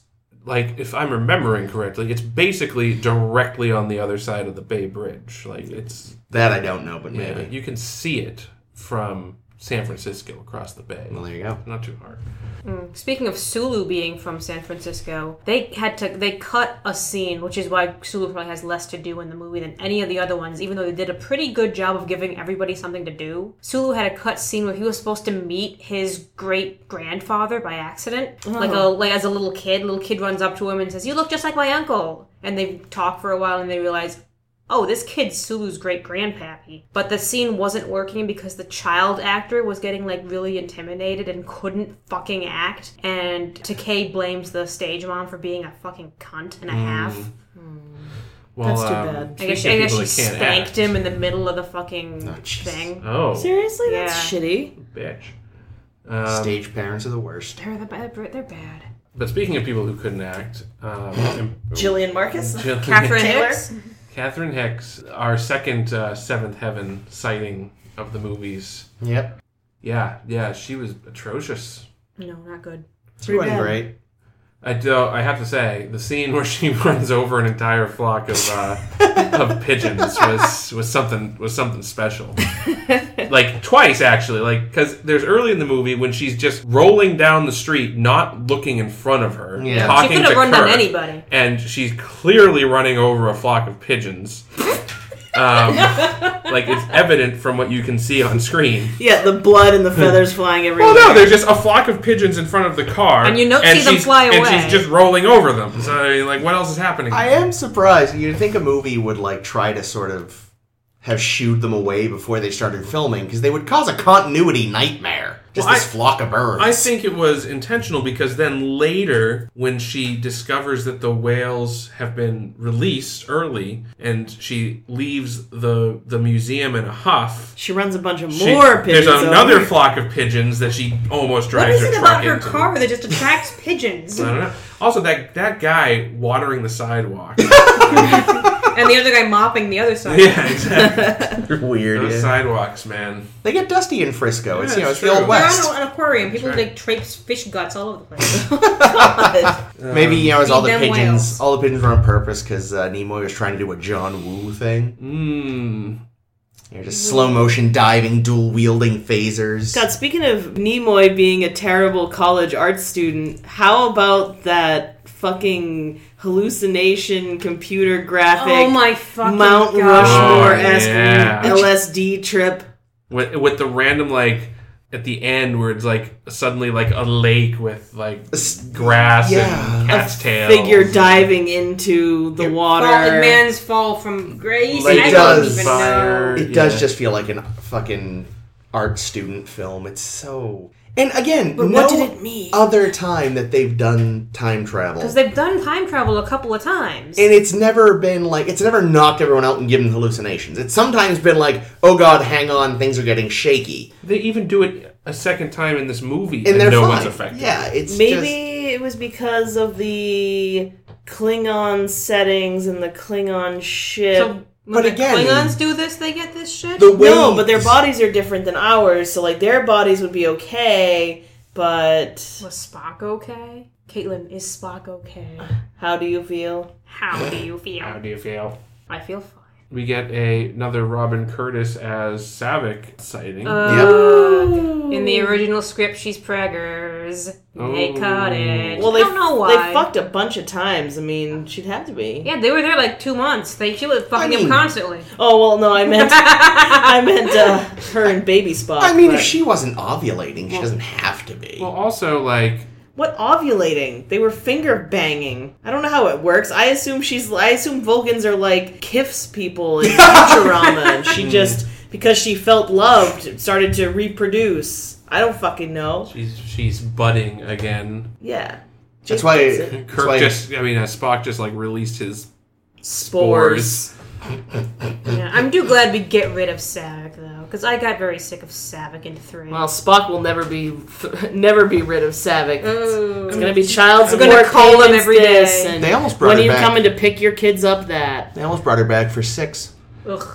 S3: like, if I'm remembering correctly, it's basically directly on the other side of the Bay Bridge. Like it's
S1: That I don't know, but
S3: yeah,
S1: maybe.
S3: you can see it from San Francisco across the bay.
S1: Well, there you go.
S3: Not too hard.
S2: name. Speaking of Sulu being from San Francisco, they had to they cut a scene, which is why Sulu probably has less to do in the movie than any of the other ones. Even though they did a pretty good job of giving everybody something to do, Sulu had a cut scene where he was supposed to meet his great grandfather by accident, like a like as a little kid. Little kid runs up to him and says, "You look just like my uncle," and they talk for a while and they realize, oh, this kid's Sulu's great grandpappy. But the scene wasn't working because the child actor was getting like really intimidated and couldn't fucking act. And Takei blames the stage mom for being a fucking cunt and a half.
S3: Well,
S4: That's too
S3: um,
S4: bad.
S2: I guess,
S3: Mm. speaking
S2: I
S3: of
S2: guess
S3: people
S2: she
S3: that can't
S2: spanked
S3: act-
S2: him in the middle of the fucking
S1: Oh, jeez.
S2: thing.
S3: Oh,
S4: Seriously,
S2: That's
S4: that's shitty.
S3: bitch. Um,
S1: Stage parents are the worst.
S2: They're, the bad, they're bad.
S3: But speaking of people who couldn't act, um,
S4: Jillian Marcus.
S3: Jill-
S2: Catherine
S4: Taylor?
S2: Hicks?
S3: Catherine Hicks, our second uh, Seventh Heaven sighting of the movies.
S1: Yep.
S3: Yeah, yeah, she was atrocious.
S2: No, not good.
S1: She wasn't
S4: bad.
S1: great.
S3: I do. I have to say, the scene where she runs over an entire flock of uh, of pigeons was was something was something special. like twice actually, like because there's early in the movie when she's just rolling down the street, not looking in front of her,
S1: Yeah. She
S3: talking
S2: She could have
S3: to
S2: run down
S3: Kurt.
S2: anybody.
S3: and she's clearly running over a flock of pigeons. Um, like it's evident from what you can see on screen.
S4: Yeah, the blood and the feathers flying everywhere.
S3: Well, Hmm. Oh, no, there's just a flock of pigeons in front of the car,
S2: And you don't see them
S3: she's-
S2: fly
S3: And
S2: away.
S3: she's just rolling over them. So, I mean, like, what else is happening?
S1: I am surprised. You'd think a movie would like try to sort of have shooed them away before they started filming because they would cause a continuity nightmare. Just
S3: Well,
S1: this
S3: I-
S1: flock of birds.
S3: I think it was intentional because then later, when she discovers that the whales have been released early, and she leaves the the museum in a huff,
S4: She runs a bunch of
S3: She-
S4: more oh pigeons.
S3: There's
S4: over.
S3: another flock of pigeons that she almost
S2: What
S3: drives
S2: is it
S3: her
S2: about
S3: truck
S2: her
S3: into.
S2: car that just attracts pigeons?
S3: I don't know. Also, that that guy watering the sidewalk.
S2: And the other guy mopping the other side.
S3: yeah, exactly.
S1: weird.
S3: Those
S1: yeah.
S3: sidewalks, man.
S1: They get dusty in Frisco. it's
S3: Yeah,
S1: you know,
S3: it's
S1: it's the old
S3: true.
S2: They're
S1: west.
S2: on an aquarium. People
S3: right.
S2: like traipse fish guts all over the place.
S1: Maybe you know, it's all the
S2: Feed them
S1: pigeons.
S2: whales.
S1: All the pigeons were on purpose because uh, Nimoy was trying to do a John Woo thing.
S3: Mmm.
S1: You're just slow motion diving, dual wielding phasers.
S4: God, speaking of Nimoy being a terrible college art student, how about that fucking hallucination computer graphic
S2: Oh my fucking
S4: Mount
S2: god!
S4: Rushmore esque
S3: Oh, yeah.
S4: LSD trip?
S3: With with the random like at the end where it's like suddenly like a lake with like
S1: S-
S3: grass
S1: yeah.
S3: and cat's tails.
S4: Figure diving into the water.
S2: Fall, like, man's fall from grace.
S1: Like,
S2: and I
S1: it
S2: don't
S1: does.
S2: even
S3: Fire.
S2: know.
S1: It does
S3: Yeah.
S1: just feel like an fucking art student film. It's so And again,
S4: But
S1: no
S4: what did it mean?
S1: other time that they've done time travel.
S2: Because they've done time travel a couple of times.
S1: And it's never been like it's never knocked everyone out and given hallucinations. It's sometimes been like, oh god, hang on, things are getting shaky,
S3: They even do it a second time in this movie,
S1: and,
S3: and,
S1: they're
S3: no
S1: fine.
S3: one's affected.
S1: Yeah, it's just-
S4: Maybe it was because of the Klingon settings and the Klingon ship.
S2: so
S1: But
S2: when the
S1: again-
S2: Klingons do this, they get this shit.
S1: the way
S4: no, but their bodies are different than ours, so like their bodies would be okay, but
S2: Was Spock okay? Caitlin, is Spock okay?
S4: how do you feel?
S2: How do you
S3: How
S2: feel?
S3: do you feel?
S2: I feel fine.
S3: We get a, another Robin Curtis as Savick sighting.
S2: Uh, in the original script, she's preggers. They
S3: Oh.
S2: cut it.
S4: Well, they
S2: I don't know
S4: f-
S2: why.
S4: They fucked a bunch of times. I mean, she'd have to be.
S2: Yeah, they were there like two months. They she was fucking
S1: mean-
S2: him constantly.
S4: Oh well, no, I meant I meant uh, her and baby Spock.
S1: I mean,
S4: but-
S1: if she wasn't ovulating, she doesn't have to be.
S3: well, also like
S4: what ovulating? They were finger banging. I don't know how it works. I assume she's. I assume Vulcans are like Kif's people in Futurama, and
S1: Hmm.
S4: she just because she felt loved started to reproduce. I don't fucking know.
S3: she's she's budding again.
S4: Yeah,
S1: that's
S4: Jake
S1: why.
S4: gets it.
S1: that's
S3: Kirk
S1: why-
S3: just, I mean, uh, Spock just like released his
S4: spores.
S2: Yeah, I'm too glad we get rid of Savick though, because I got very sick of Savick in three.
S4: Well, Spock will never be never be rid of Savick.
S2: Ooh.
S4: It's gonna be child
S2: Uh, I'm
S4: support.
S2: gonna call him
S4: payments
S2: every day.
S4: this, and
S1: They almost brought
S4: when
S1: her
S4: are you
S1: back.
S4: coming to pick your kids up? That
S1: they almost brought her back for six.
S2: Ugh.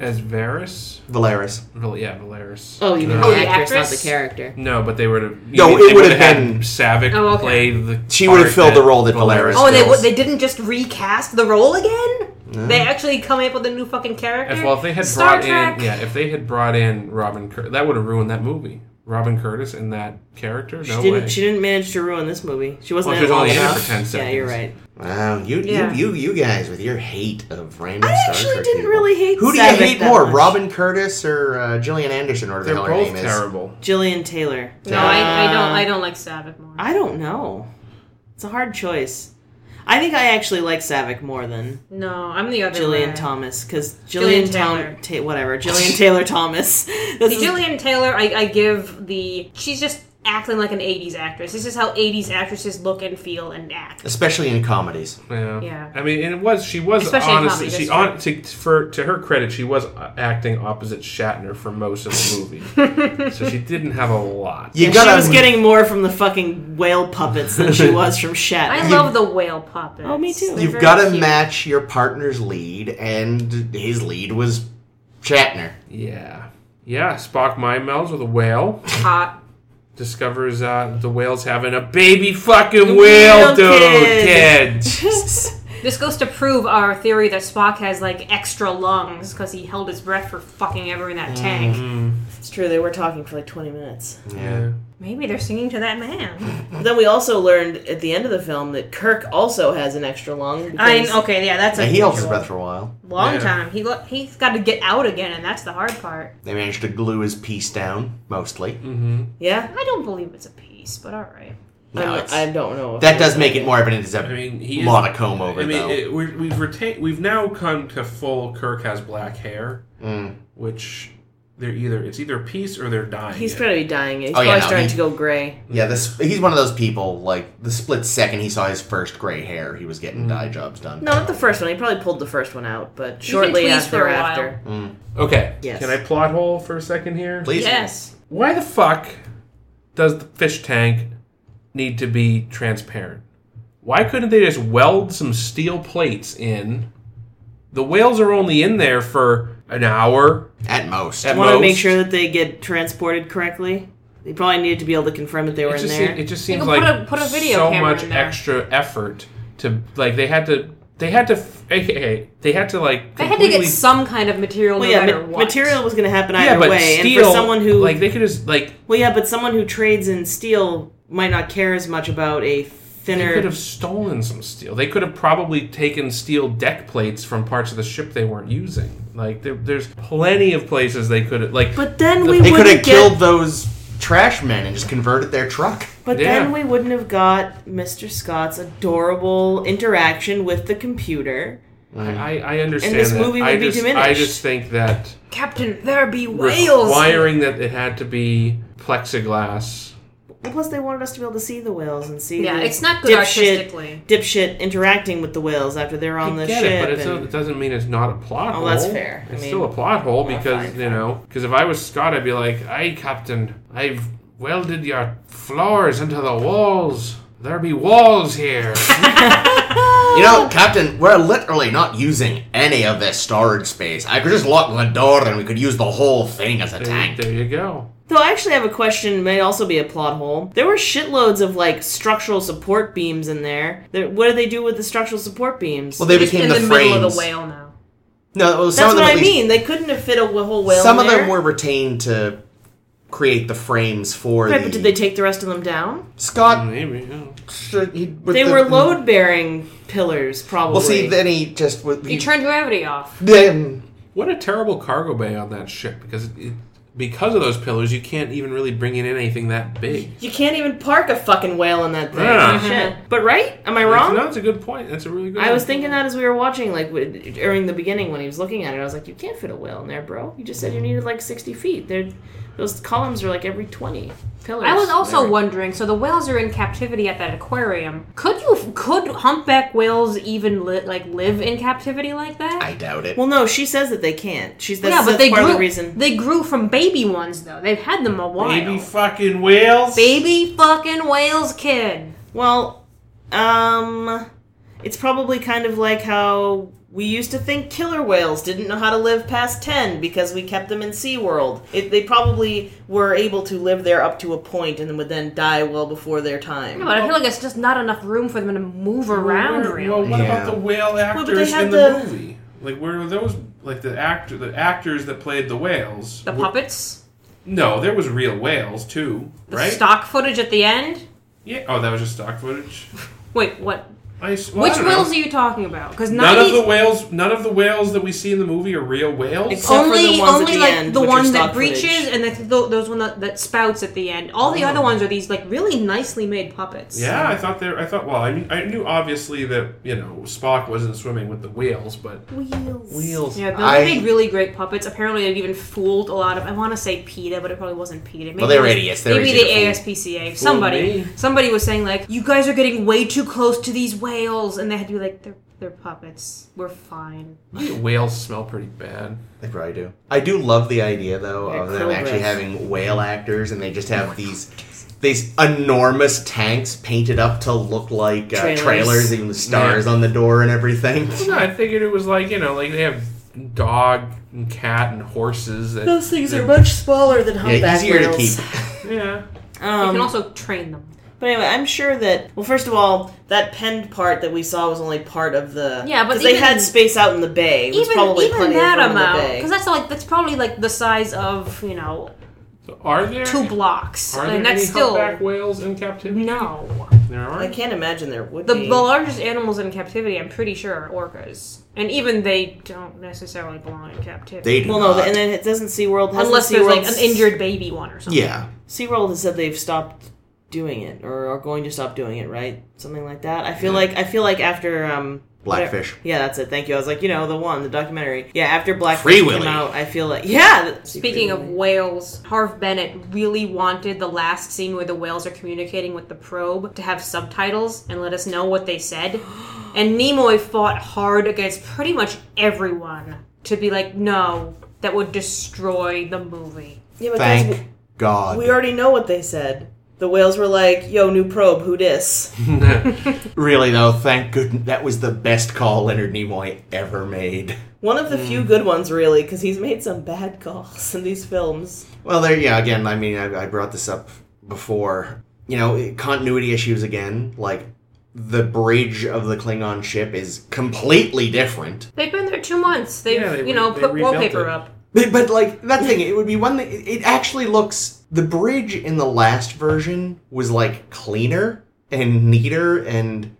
S3: as Varys.
S1: Valeris.
S3: Val- yeah, Varys.
S4: oh, you mean
S3: Uh,
S2: Oh,
S4: the
S2: the
S4: actress, not
S2: actress?
S4: the character.
S3: No, but they would have.
S1: No, it
S3: they
S1: would
S3: would've
S1: have
S3: had
S1: been-
S3: Savick
S2: Oh, okay.
S3: play the.
S1: She would have
S3: part
S1: filled the role that Valeris
S2: Oh, they
S1: Stills.
S2: they didn't just recast the role again. They actually come up with a new fucking character.
S3: If, well, if they had
S2: Star
S3: brought
S2: Trek.
S3: in, yeah, if they had brought in Robin, Cur- that would have ruined that movie. Robin Curtis and that character, no
S4: She didn't.
S3: way.
S4: She didn't manage to ruin this movie. She wasn't
S3: Well,
S4: in
S3: she was
S4: it long
S3: only in it
S4: enough.
S3: for 10
S4: Yeah, you're
S3: seconds.
S4: right.
S1: Wow, you,
S2: Yeah.
S1: you you you guys with your hate of random
S4: I
S1: Star
S4: actually
S1: Trek
S4: didn't
S1: people.
S4: really hate
S1: Who do you
S4: Savick
S1: hate
S4: that
S1: more,
S4: much.
S1: Robin Curtis or uh, Gillian Anderson, or
S3: They're
S1: whatever the hell her
S3: both
S1: name is?
S3: terrible.
S4: Jillian Taylor.
S2: no, I, I don't. I don't like Savick more.
S4: I don't know. It's a hard choice. I think I actually like Savick more than
S2: no, I'm the other.
S4: Jillian
S2: way.
S4: Thomas because
S2: Jillian
S4: Jillian, Taylor,
S2: Taylor.
S4: Ta- whatever, Jillian Taylor Thomas. This
S2: The
S4: is-
S2: Jillian Taylor, I, I give the. She's just acting like an 80s actress. This is how 80s actresses look and feel and act.
S1: Especially in comedies.
S3: Yeah.
S2: Yeah.
S3: I mean, and it was she was
S2: Especially in
S3: honestly
S2: comedy,
S3: she
S2: that's
S3: on to for to her credit she was uh, acting opposite Shatner for most of the movie, so she didn't have a lot.
S1: You
S4: and
S1: gotta
S4: she was getting more from the fucking whale puppets than she was from Shatner.
S2: I love the whale puppets.
S4: Oh, me too.
S2: They're
S1: You've
S2: very
S1: got to
S2: cute.
S1: match your partner's lead, and his lead was Shatner.
S3: Yeah. Yeah. Spock mind melds with a whale.
S2: Hot.
S3: Discovers uh, the whale's having a baby fucking
S4: Whale
S3: whale, dude.
S4: kid.
S3: Kid.
S2: This goes to prove our theory that Spock has, like, extra lungs because he held his breath for fucking ever in that tank.
S4: it's true. They were talking for like 20 minutes.
S1: Yeah.
S2: Maybe they're singing to that man.
S4: But then we also learned at the end of the film that Kirk also has an extra lung.
S2: I
S4: because-
S2: Okay, yeah, that's a
S1: And he held his breath for a while.
S2: long
S3: Yeah.
S2: time. He lo- he's got to get out again, and that's the hard part.
S1: They managed to glue his piece down, mostly.
S3: Mm.
S4: Yeah,
S2: I don't believe it's a piece, but alright.
S1: No,
S4: I'm-
S1: it's-
S4: I don't know. if
S1: that
S4: it
S1: does
S4: was
S1: make
S4: that.
S1: it more evident as a
S3: I mean, he is-
S1: lot of comb over,
S3: I mean,
S1: though.
S3: it, we're, we've retained. We've now come to full. Kirk has black hair,
S1: Mm.
S3: which they're either it's either a piece or they're dying.
S4: He's
S3: it.
S4: probably dying. He's
S1: Oh,
S4: probably
S1: yeah, no,
S4: starting
S1: he-
S4: to go gray.
S1: yeah, this he's one of those people, like, the split second he saw his first gray hair, he was
S3: Mm.
S1: getting dye jobs done.
S4: No, not the first one. He probably pulled the first one out, but
S2: You can
S4: shortly
S2: tweeze
S4: after.
S2: for a while.
S4: after.
S3: okay.
S4: Yes.
S3: Can I plot hole for a second here?
S1: Please.
S2: Yes.
S3: Why the fuck does the fish tank need to be transparent? Why couldn't they just weld some steel plates in? The whales are only in there for an hour.
S1: At most.
S3: At
S4: I want to make
S3: most.
S4: sure that they get transported correctly. They probably needed to be able to confirm that they were in
S3: It just,
S4: there.
S3: seem- it just seems
S2: can
S3: like
S2: put a- put a video
S3: so
S2: camera
S3: much
S2: in there.
S3: extra effort to like they had to they had to f- okay, they had to like
S2: They had to get
S3: completely-
S2: some kind of material
S4: well,
S2: no
S4: yeah,
S2: matter
S4: ma-
S2: what.
S4: material was going to happen either
S3: yeah, but
S4: way,
S3: steel
S4: and for someone who,
S3: like they could just like
S4: well, yeah, but someone who trades in steel might not care as much about a
S3: they could
S4: thinner.
S3: have stolen some steel. They could have probably taken steel deck plates from parts of the ship they weren't using. Like there, there's plenty of places they could have like
S4: But then we
S1: They could
S4: wouldn't
S1: have
S4: get.
S1: killed those trash men and just converted their truck.
S4: but
S3: Yeah.
S4: then we wouldn't have got Mr. Scott's adorable interaction with the computer.
S3: I, I understand.
S4: And this
S3: that.
S4: movie
S3: I
S4: would be
S3: just, I
S4: diminished.
S3: just think that
S2: Captain, there be whales.
S3: requiring that it had to be plexiglass
S4: Well, plus, they wanted us to be able to see the whales and see.
S2: Yeah,
S4: the
S2: it's not good
S4: dipshit,
S2: artistically.
S4: dipshit interacting with the whales after they're on the
S3: I get
S4: ship.
S3: it, but it's
S4: and-
S3: not, it doesn't mean it's not a plot
S4: Oh,
S3: hole.
S4: that's fair. I
S3: It's
S4: mean-
S3: still a plot hole because
S4: fine,
S3: you know, because if I was Scott, I'd be like, "Aye, Captain, I've welded your floors into the walls. There be walls here."
S1: You know, Captain, we're literally not using any of this storage space. I could just lock the door and we could use the whole thing as a
S3: there,
S1: tank.
S3: there you go.
S4: Though I actually have a question, may also be a plot hole. There were shitloads of like structural support beams in there. There- what did they do with the structural support beams?
S1: Well, they
S2: It's
S1: became
S2: in
S1: the,
S2: the, middle
S1: frames.
S2: of the whale now.
S1: No, well, some
S4: That's
S1: of them
S4: what I
S1: at least-
S4: mean. They couldn't have fit a wh- whole whale.
S1: Some
S4: in
S1: of them
S4: there.
S1: were retained to create the frames for
S4: Right,
S1: the
S4: but did they take the rest of them down?
S1: Scott.
S3: Maybe. Yeah.
S1: should- he- with
S4: They
S1: the-
S4: were load bearing pillars, probably.
S1: Well, see, then he just would.
S2: You turn gravity off.
S1: then
S3: What a terrible cargo bay on that ship because it, because of those pillars, you can't even really bring in anything that big.
S4: you can't even park a fucking whale in that thing.
S3: Yeah.
S2: Mm-hmm.
S4: Shit. But right? Am I
S3: That's,
S4: wrong?
S3: no, that's a good point. That's a really good.
S4: I was
S3: one.
S4: thinking that as we were watching, like w- during the beginning when he was looking at it, I was like, "You can't fit a whale in there, bro. You just said you needed like sixty feet. There, those columns are like every twenty pillars."
S2: I was also
S4: There.
S2: wondering. So the whales are in captivity at that aquarium. Could you? Could humpback whales even li- like live in captivity like that?
S1: I doubt it.
S4: Well, no, she says that they can't. She's that's,
S2: yeah, but
S4: that's
S2: they
S4: part
S2: grew.
S4: of the reason.
S2: They grew from baby ones though. They've had them a while.
S3: Baby fucking whales.
S2: Baby fucking whales, kid.
S4: Well, um, it's probably kind of like how we used to think killer whales didn't know how to live past 10 because we kept them in SeaWorld. It, they probably were able to live there up to a point and would then die well before their time.
S2: But I feel like it's just not enough room for them to move around.
S3: Well,
S2: Really,
S3: Well, what
S1: Yeah.
S3: about the whale actors
S4: but they had
S3: in the,
S4: the-
S3: movie? Like, where were those? Like the actor, the actors that played the whales.
S2: the
S3: were-
S2: puppets,
S3: No, there was real whales too,
S2: the
S3: right?
S2: stock footage at the end.
S3: yeah. Oh, that was just stock footage.
S2: Wait, what?
S3: I s- well, I
S2: Which
S3: don't know.
S2: whales are you talking about? Because
S3: None of the whales. None of the whales that we see in the movie are real whales.
S4: Except- for
S2: only
S4: the ones at
S2: only
S4: the
S2: like
S4: end,
S2: the
S4: which are
S2: one
S4: stock
S2: that breaches
S4: footage.
S2: and the, th those one that, that spouts at the end. All the other
S4: Oh.
S2: ones are these like really nicely made puppets.
S3: yeah, I thought there. I thought. Well, I mean, I knew obviously that you know Spock wasn't swimming with the whales, but
S1: Wheels.
S2: Yeah, those
S1: I-
S2: made really great puppets. Apparently, they've even fooled a lot of. I want to say PETA, but it probably wasn't PETA. Maybe
S1: Well, they're
S2: it was-
S1: idiots. They're
S2: maybe
S1: easy
S2: the
S1: to
S2: ASPCA. somebody,
S3: me.
S2: somebody was saying like, "You guys are getting way too close to these whales," and they had to be like, "They're they're puppets. We're fine."
S3: whales smell pretty bad.
S1: They probably do. I do love the idea though of
S4: They're
S1: them actually
S4: cobras.
S1: having whale actors, and they just have these these enormous tanks painted up to look like uh, trailers.
S4: Trailers.
S1: and the stars on the door and everything.
S3: No, I figured it was like you know, like they have dog and cat and horses. That,
S4: Those things
S3: that-
S4: are much smaller than humpback
S1: yeah, easier to
S4: whales.
S1: keep.
S3: Yeah.
S2: you
S4: Um,
S2: can also train them.
S4: But anyway, I'm sure that well, first of all, that penned part that we saw was only part of the
S2: Yeah, but
S4: 'cause they
S2: even-
S4: had space out in the bay. It was
S2: Even
S4: probably
S2: even
S4: plenty
S2: that
S4: of room in
S2: amount,
S4: the bay.
S2: because that's like that's probably like the size of you know
S3: So are there
S2: two blocks,
S3: are there
S2: and
S3: any
S2: that's still
S3: humpback whales in captivity?
S2: no.
S3: There
S4: I
S3: are.
S4: can't imagine there would
S2: The,
S4: be.
S2: the largest animals in captivity, I'm pretty sure, are orcas. And even they don't necessarily belong in captivity.
S1: They do
S4: well, no,
S1: not.
S4: and then it doesn't SeaWorld hasn't
S2: Unless there's like an
S4: SeaWorld's-
S2: injured baby one or something.
S1: yeah,
S4: SeaWorld has said they've stopped doing it or are going to stop doing it, right? Something like that. I feel like I feel like after um
S1: Blackfish.
S4: Yeah, that's it. Thank you. I was like, you know, the one, the documentary. Yeah, after Blackfish
S1: Free
S4: came
S1: Willy.
S4: out, I feel like yeah. th-
S2: Speaking of
S4: Free Willy.
S2: whales, Harv Bennett really wanted the last scene where the whales are communicating with the probe to have subtitles and let us know what they said. And Nimoy fought hard against pretty much everyone to be like, no, that would destroy the movie.
S4: yeah, but those-
S1: Thank God.
S4: we already know what they said. The whales were like, "Yo, new probe, who dis?"
S1: Really though, thank goodness that was the best call Leonard Nimoy ever made.
S4: One of the few
S1: Hmm.
S4: good ones, really, because he's made some bad calls in these films.
S1: Well, there, yeah. Again, I mean, I, I brought this up before. You know, continuity issues again. Like the bridge of the Klingon ship is completely different.
S2: They've been there two months. They've,
S3: Yeah, they
S2: you know,
S3: re- they
S2: put
S3: rebuilt
S2: wallpaper
S3: it.
S2: up.
S1: But, but, like that thing, it would be one thing. It, it actually looks the bridge in the last version was like cleaner and neater and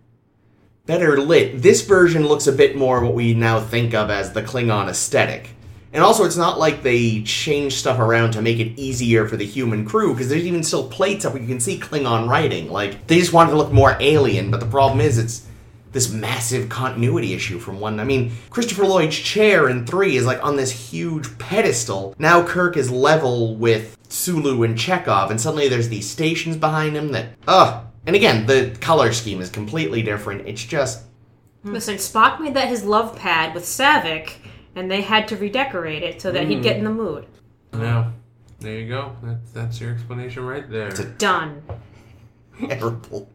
S1: better lit. This version looks a bit more what we now think of as the Klingon aesthetic. And also, it's not like they changed stuff around to make it easier for the human crew because there's even still plates up where you can see Klingon writing. Like they just wanted to look more alien, but the problem is it's this massive continuity issue from one. I mean, Christopher Lloyd's chair in three is like on this huge pedestal. Now Kirk is level with Sulu and Chekhov, and suddenly there's these stations behind him that, ugh. And again, the color scheme is completely different. It's just
S2: Listen, Spock made that his love pad with Savick, and they had to redecorate it so that he'd get in the mood.
S3: No. There you go. That, that's your explanation right there.
S2: Done.
S1: terrible,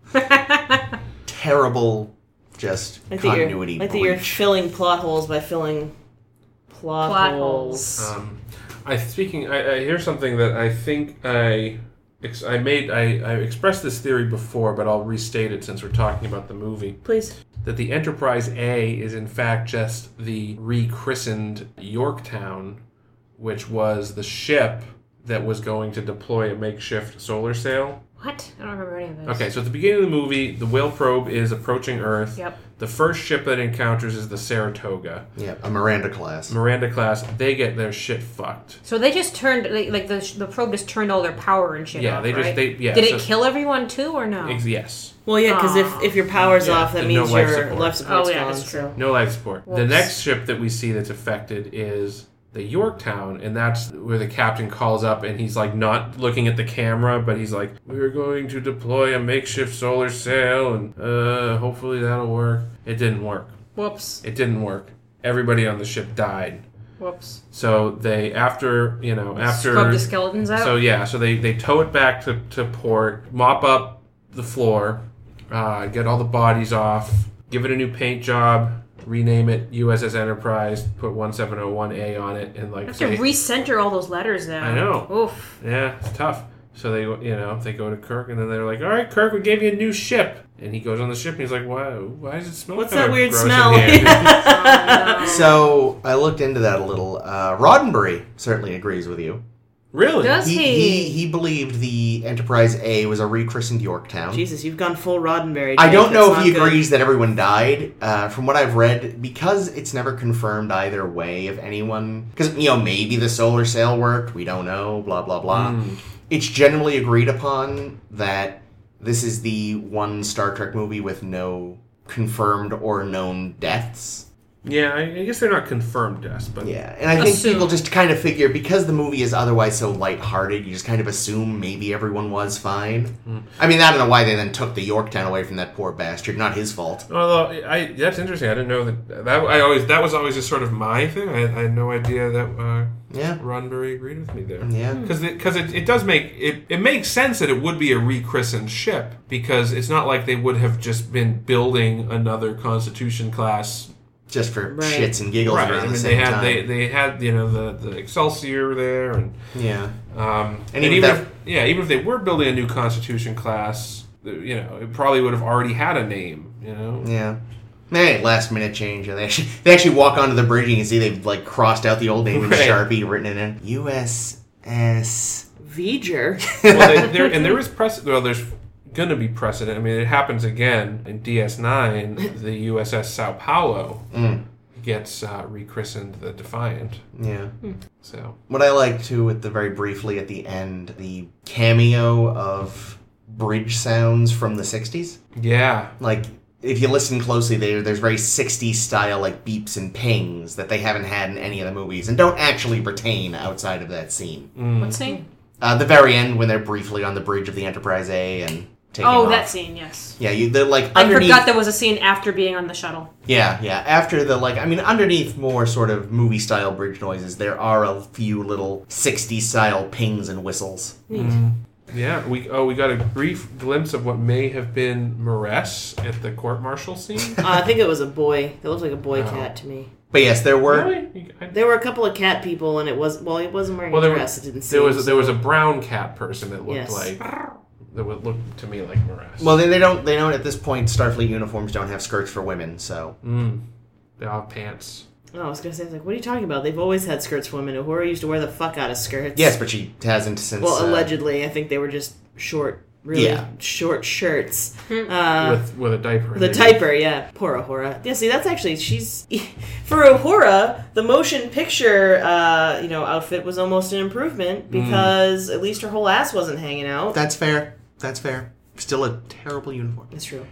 S1: terrible, just
S4: I think, you're,
S1: continuity
S4: I think you're
S1: breach.
S4: filling plot holes by filling plot,
S2: Plot
S4: holes.
S3: Um, I speaking. I, I hear something that I think I ex- I made. I, I expressed this theory before, but I'll restate it since we're talking about the movie.
S4: Please.
S3: That the Enterprise A is in fact just the rechristened Yorktown, which was the ship that was going to deploy a makeshift solar sail.
S2: What? I don't remember any of this.
S3: Okay, so at the beginning of the movie, the Whale probe is approaching Earth.
S2: Yep.
S3: The first ship that it encounters is the Saratoga.
S1: yeah, a Miranda class.
S3: Miranda class, they get their shit fucked.
S2: So they just turned they, like the the probe just turned all their power and shit.
S3: Yeah,
S2: off,
S3: they just-
S2: right?
S3: they- yeah,
S2: Did
S3: so-
S2: it kill everyone too or no?
S3: Ex- Yes.
S4: Well, yeah, because if,
S2: Aw.
S4: if your power's
S3: Yeah,
S4: off, that
S3: there's no
S4: means
S3: life
S4: your
S3: support.
S4: life support's
S2: Oh, yeah,
S4: gone.
S2: that's true.
S3: No life support. The
S2: Whoops.
S3: next ship that we see that's affected is the Yorktown, and that's where the captain calls up and he's like not looking at the camera, but he's like, We are going to deploy a makeshift solar sail and uh hopefully that'll work. It didn't work.
S2: Whoops.
S3: It didn't work. Everybody on the ship died.
S2: Whoops.
S3: So they after you know, after
S2: Scrub the skeletons out.
S3: So yeah, so they they tow it back to, to port, mop up the floor, uh, get all the bodies off, give it a new paint job, rename it USS Enterprise, put 1701A on it, and like
S2: have
S3: say-
S2: to recenter all those letters now.
S3: I know.
S2: Oof.
S3: yeah, it's tough. So they you know they go to Kirk and then they're like, all right, Kirk, we gave you a new ship, and he goes on the ship and he's like, why why does it smell?
S4: What's
S3: kinda
S4: that weird
S3: gross
S4: smell?
S3: In here?
S2: Oh,
S1: So I looked into that a little. Uh, Roddenberry certainly agrees with you.
S3: really?
S2: Does
S1: He,
S2: he?
S1: he he believed the Enterprise A was a rechristened Yorktown.
S4: Jesus, you've gone full Roddenberry.
S1: I
S4: Jake.
S1: don't know if
S4: That's
S1: he
S4: not good.
S1: agrees that everyone died. Uh, from what I've read, because it's never confirmed either way of anyone. Because you know, maybe the solar sail worked. We don't know. Blah blah blah. It's generally agreed upon that this is the one Star Trek movie with no confirmed or known deaths.
S3: Yeah, I, I guess they're not confirmed deaths, but
S1: Yeah, and I think
S2: Assume.
S1: people just kind of figure because the movie is otherwise so lighthearted, you just kind of assume maybe everyone was fine. I mean, I don't know why they then took the Yorktown away from that poor bastard. Not his fault.
S3: Although I, that's interesting. I didn't know that. That I always that was always just sort of my thing. I, I had no idea that uh,
S1: Yeah,
S3: Roddenberry agreed with me there.
S1: yeah.
S3: Because because it, it does make it, it makes sense that it would be a rechristened ship because it's not like they would have just been building another Constitution class.
S1: Just for
S4: Right.
S1: shits and giggles
S3: Right.
S1: around
S3: I
S1: the
S3: mean,
S1: same
S3: they had
S1: time.
S3: they, they had you know the, the Excelsior there and
S1: Yeah,
S3: um,
S1: And
S3: and,
S1: even
S3: even,
S1: that-
S3: if, yeah, even if they were building a new Constitution class, you know, it probably would have already had a name. You know,
S1: yeah. Hey, last minute change. They actually they actually walk onto the bridge and you can see they've like crossed out the old name in
S3: Right.
S1: Sharpie, written it in USS.
S4: V'ger.
S3: well, they, there, and there is precedent. Well, there's going to be precedent. I mean, it happens again in DS9. The USS Sao Paulo
S1: Mm,
S3: gets uh, rechristened the Defiant.
S1: yeah.
S3: So
S1: What I like too, at the very briefly at the end, the cameo of bridge sounds from the '60s.
S3: yeah,
S1: Like, if you listen closely, there there's very '60s style like beeps and pings that they haven't had in any of the movies and don't actually retain outside of that scene.
S2: What scene?
S1: Uh, the very end when they're briefly on the bridge of the Enterprise A and taking
S2: Oh,
S1: off.
S2: that scene. Yes.
S1: yeah, you, they're like
S2: I
S1: underneath.
S2: forgot there was a scene after being on the shuttle.
S1: Yeah, yeah. After the like, I mean, underneath more sort of movie style bridge noises, there are a few little '60s style pings and whistles.
S4: Mm-hmm.
S3: yeah. We oh we got a brief glimpse of what may have been Maress at the court martial scene.
S4: Uh, I think it was a boy. It looked like a boy
S3: Oh.
S4: cat to me.
S1: But yes, there were.
S3: really? I-
S4: There were a couple of cat people, and it was well, it wasn't wearing
S3: Well,
S4: a
S3: there were-
S4: dress. it didn't seem.
S3: There was there was a brown cat person that looked
S4: Yes.
S3: like that would look to me like Maress.
S1: Well, they, they don't. They don't at this point. Starfleet uniforms don't have skirts for women, so
S2: Hmm.
S3: mm. they all have pants.
S4: oh, I was gonna say, I was like, what are you talking about? They've always had skirts for women. Uhura used to wear the fuck out of skirts.
S1: yes. But she hasn't since.
S4: Well,
S1: uh,
S4: allegedly, I think they were just short, really
S1: Yeah.
S4: short shirts.
S2: Hmm.
S4: Uh,
S3: with with a diaper. in
S4: the
S3: it.
S4: diaper, yeah. Poor Ahura. Yeah, see, that's actually she's for Ahura. The motion picture, uh, you know, outfit was almost an improvement because at least her whole ass wasn't hanging out.
S1: That's fair. That's fair. still a terrible uniform.
S4: That's true.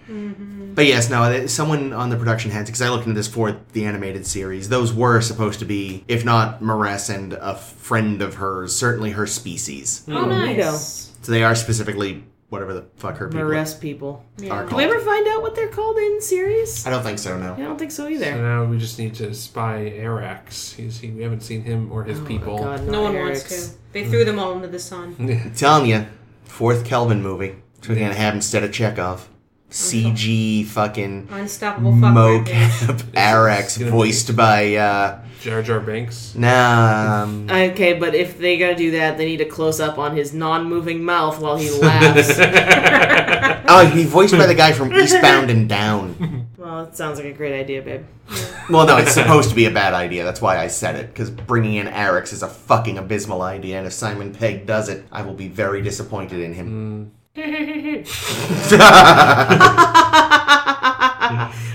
S1: But yes, no, th- someone on the production heads, because I looked into this for the animated series, those were supposed to be, if not Maress and a friend of hers, certainly her species.
S2: Oh, nice.
S4: Nice.
S1: So they are specifically whatever the fuck her people
S4: Maress people.
S1: are
S2: Yeah.
S4: Do
S1: called.
S4: we ever find out what they're called in series?
S1: I don't think so, no.
S4: I don't think so
S3: So
S4: either.
S3: now we just need to spy Arax. He's, he, we haven't seen him or his
S4: Oh my
S3: people.
S4: God,
S2: No
S4: not
S2: one
S4: Eric's.
S2: wants to. They threw them all into the sun.
S1: I'm telling you, fourth Kelvin movie. That's what they're going to have instead of Chekhov. CG fucking
S2: Unstoppable fuck rampage.
S1: mocap
S3: It's
S1: Arax
S3: gonna be-
S1: voiced by, uh,
S3: Jar Jar Banks.
S1: nah, um,
S4: Okay, but if they gotta do that, they need a close up on his non-moving mouth while he laughs.
S1: oh, he voiced by the guy from Eastbound and Down.
S4: well, it sounds like a great idea, babe.
S1: Well, no, it's supposed to be a bad idea. That's why I said it, because bringing in Arix is a fucking abysmal idea, and if Simon Pegg does it, I will be very disappointed in him.
S3: Hmm.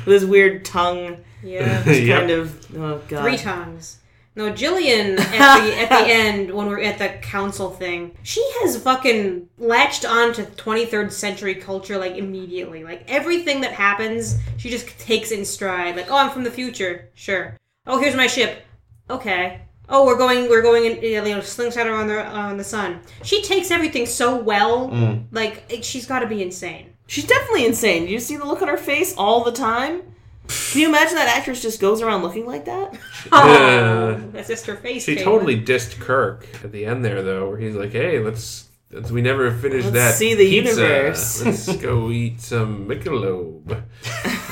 S4: With his weird tongue,
S2: yeah.
S3: Yep.
S4: kind of. Oh god.
S2: Three times. No, Jillian at the at the end when we're at the council thing, she has fucking latched on to 23rd century culture like immediately. Like everything that happens, she just takes in stride. Like, oh, I'm from the future, sure. Oh, here's my ship. Okay. Oh, we're going we're going in you know slingshot around the on the sun. She takes everything so well.
S3: Mm.
S2: Like it- she's got to be insane.
S4: She's definitely insane. You see the look on her face all the time. Can you imagine that actress just goes around looking like that?
S3: Yeah.
S2: Oh, that's just her face.
S3: She
S2: Caitlin.
S3: totally dissed Kirk at the end there, though, where he's like, "Hey, let's, let's we never finished
S4: Let's
S3: that
S4: see the
S3: pizza.
S4: universe."
S3: let's go eat some Michelob."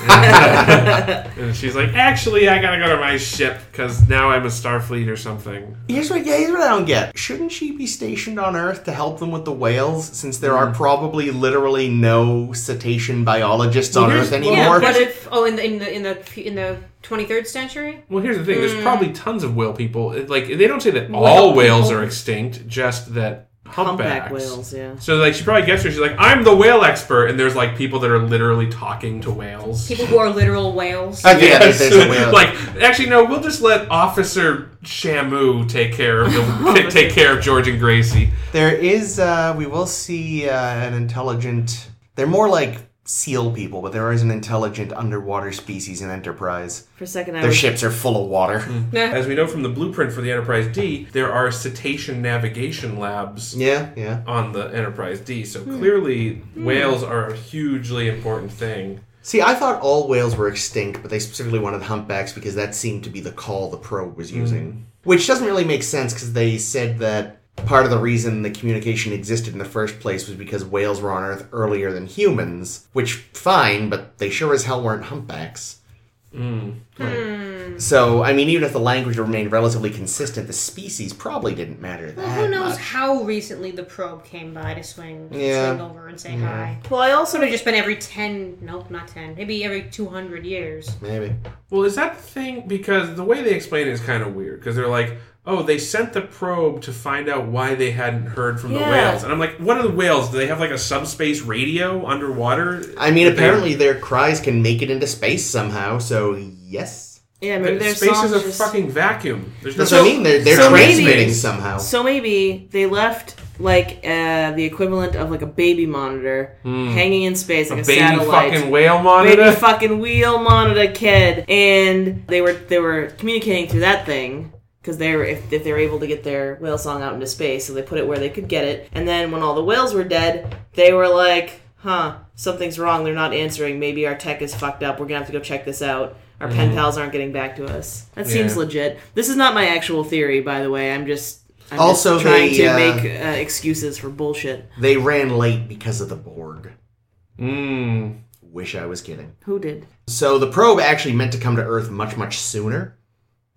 S3: and, she's like, "Actually, I gotta go to my ship because now I'm a Starfleet or something."
S1: Here's what, yeah, here's what I don't get. Shouldn't she be stationed on Earth to help them with the whales, since there
S3: Hmm.
S1: are probably literally no cetacean biologists on
S3: here's-
S1: Earth
S3: well,
S1: anymore?
S2: Yeah, but if oh, in the in the in the in the 23rd century.
S3: Well, here's the thing: there's probably tons of whale people. It- Like they don't say that all whales
S2: people.
S3: are extinct, just that humpbacks.
S4: Humpback whales, yeah.
S3: So like she probably gets her. She's like, "I'm the whale expert," and there's like people that are literally talking to whales.
S2: People who are literal whales.
S1: Okay, yeah, there's, there's a whale.
S3: like actually no we'll just let officer shamu take care of the, take care of george and gracie
S1: There is, uh, we will see uh, an intelligent. They're more like seal people, but there is an intelligent underwater species in Enterprise.
S4: For a second, I
S1: Their
S4: was
S1: ships are full of water.
S2: Hmm.
S3: as we know from the blueprint for the enterprise d there are cetacean navigation labs
S1: Yeah, yeah.
S3: on the enterprise d so clearly whales are a hugely important thing
S1: See, I thought all whales were extinct, but they specifically wanted humpbacks because that seemed to be the call the probe was using. Which doesn't really make sense because they said that part of the reason the communication existed in the first place was because whales were on Earth earlier than humans, which, fine, but they sure as hell weren't humpbacks.
S2: Hmm.
S1: So, I mean, even if the language remained relatively consistent, the species probably didn't matter that
S2: Well, who knows
S1: much.
S2: how recently the probe came by to swing,
S1: Yeah.
S2: swing over and say hi?
S4: Well, I also
S2: Could have just been every ten, nope, not ten, maybe every two hundred years.
S1: Maybe.
S3: well is that the thing because the way they explain it is kind of weird because they're like Oh, they sent the probe to find out why they hadn't heard from the
S4: Yeah.
S3: whales. And I'm like, what are the whales? Do they have like a subspace radio underwater?
S1: I mean,
S3: That they-
S1: apparently their cries can make it into space somehow, so yes.
S4: yeah, maybe their
S3: space is
S4: songs
S3: a
S4: just-
S3: fucking vacuum. There's
S1: That's
S3: no
S1: what I mean. They're, they're
S4: so maybe-
S1: transmitting somehow.
S4: So maybe they left like uh, the equivalent of like a baby monitor hanging in space, like a,
S3: Hmm. baby
S4: satellite.
S3: fucking whale monitor.
S4: Baby fucking wheel monitor kid, and they were they were communicating through that thing because they were if, if they were able to get their whale song out into space, so they put it where they could get it. And then when all the whales were dead, they were like, "Huh, something's wrong. They're not answering. Maybe our tech is fucked up. We're gonna have to go check this out." Our pen pals aren't getting back to us. That seems
S3: Mm-hmm. Yeah.
S4: legit. This is not my actual theory, by the way. I'm just I'm
S1: Also,
S4: just trying
S1: they,
S4: to
S1: uh,
S4: make uh, excuses for bullshit.
S1: They ran late because of the Borg.
S3: mm.
S1: Wish I was kidding.
S4: Who did?
S1: So the probe actually meant to come to Earth much, much sooner,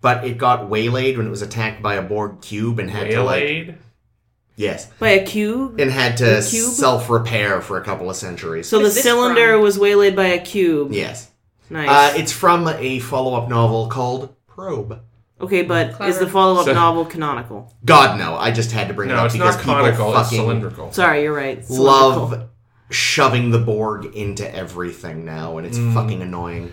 S1: but it got waylaid when it was attacked by a Borg cube and had to like
S3: Whale-aid?
S1: yes,
S4: By a cube?
S1: and had to
S4: The cube?
S1: self repair for a couple of centuries.
S4: So the
S2: Where's this
S4: cylinder
S2: from?
S4: was waylaid by a cube.
S1: yes,
S4: Nice.
S1: uh, it's from a follow up novel called Probe.
S4: okay, but is
S2: Clever.
S4: the follow-up
S3: So-
S4: novel canonical?
S1: God no, I just had to bring it
S3: No,
S1: up
S3: it's
S1: because
S3: not
S1: people
S3: conical. It's
S1: fucking
S3: cylindrical.
S4: Sorry, you're right. Cylindrical.
S1: love shoving the Borg into everything now, and it's
S3: Mm.
S1: fucking annoying.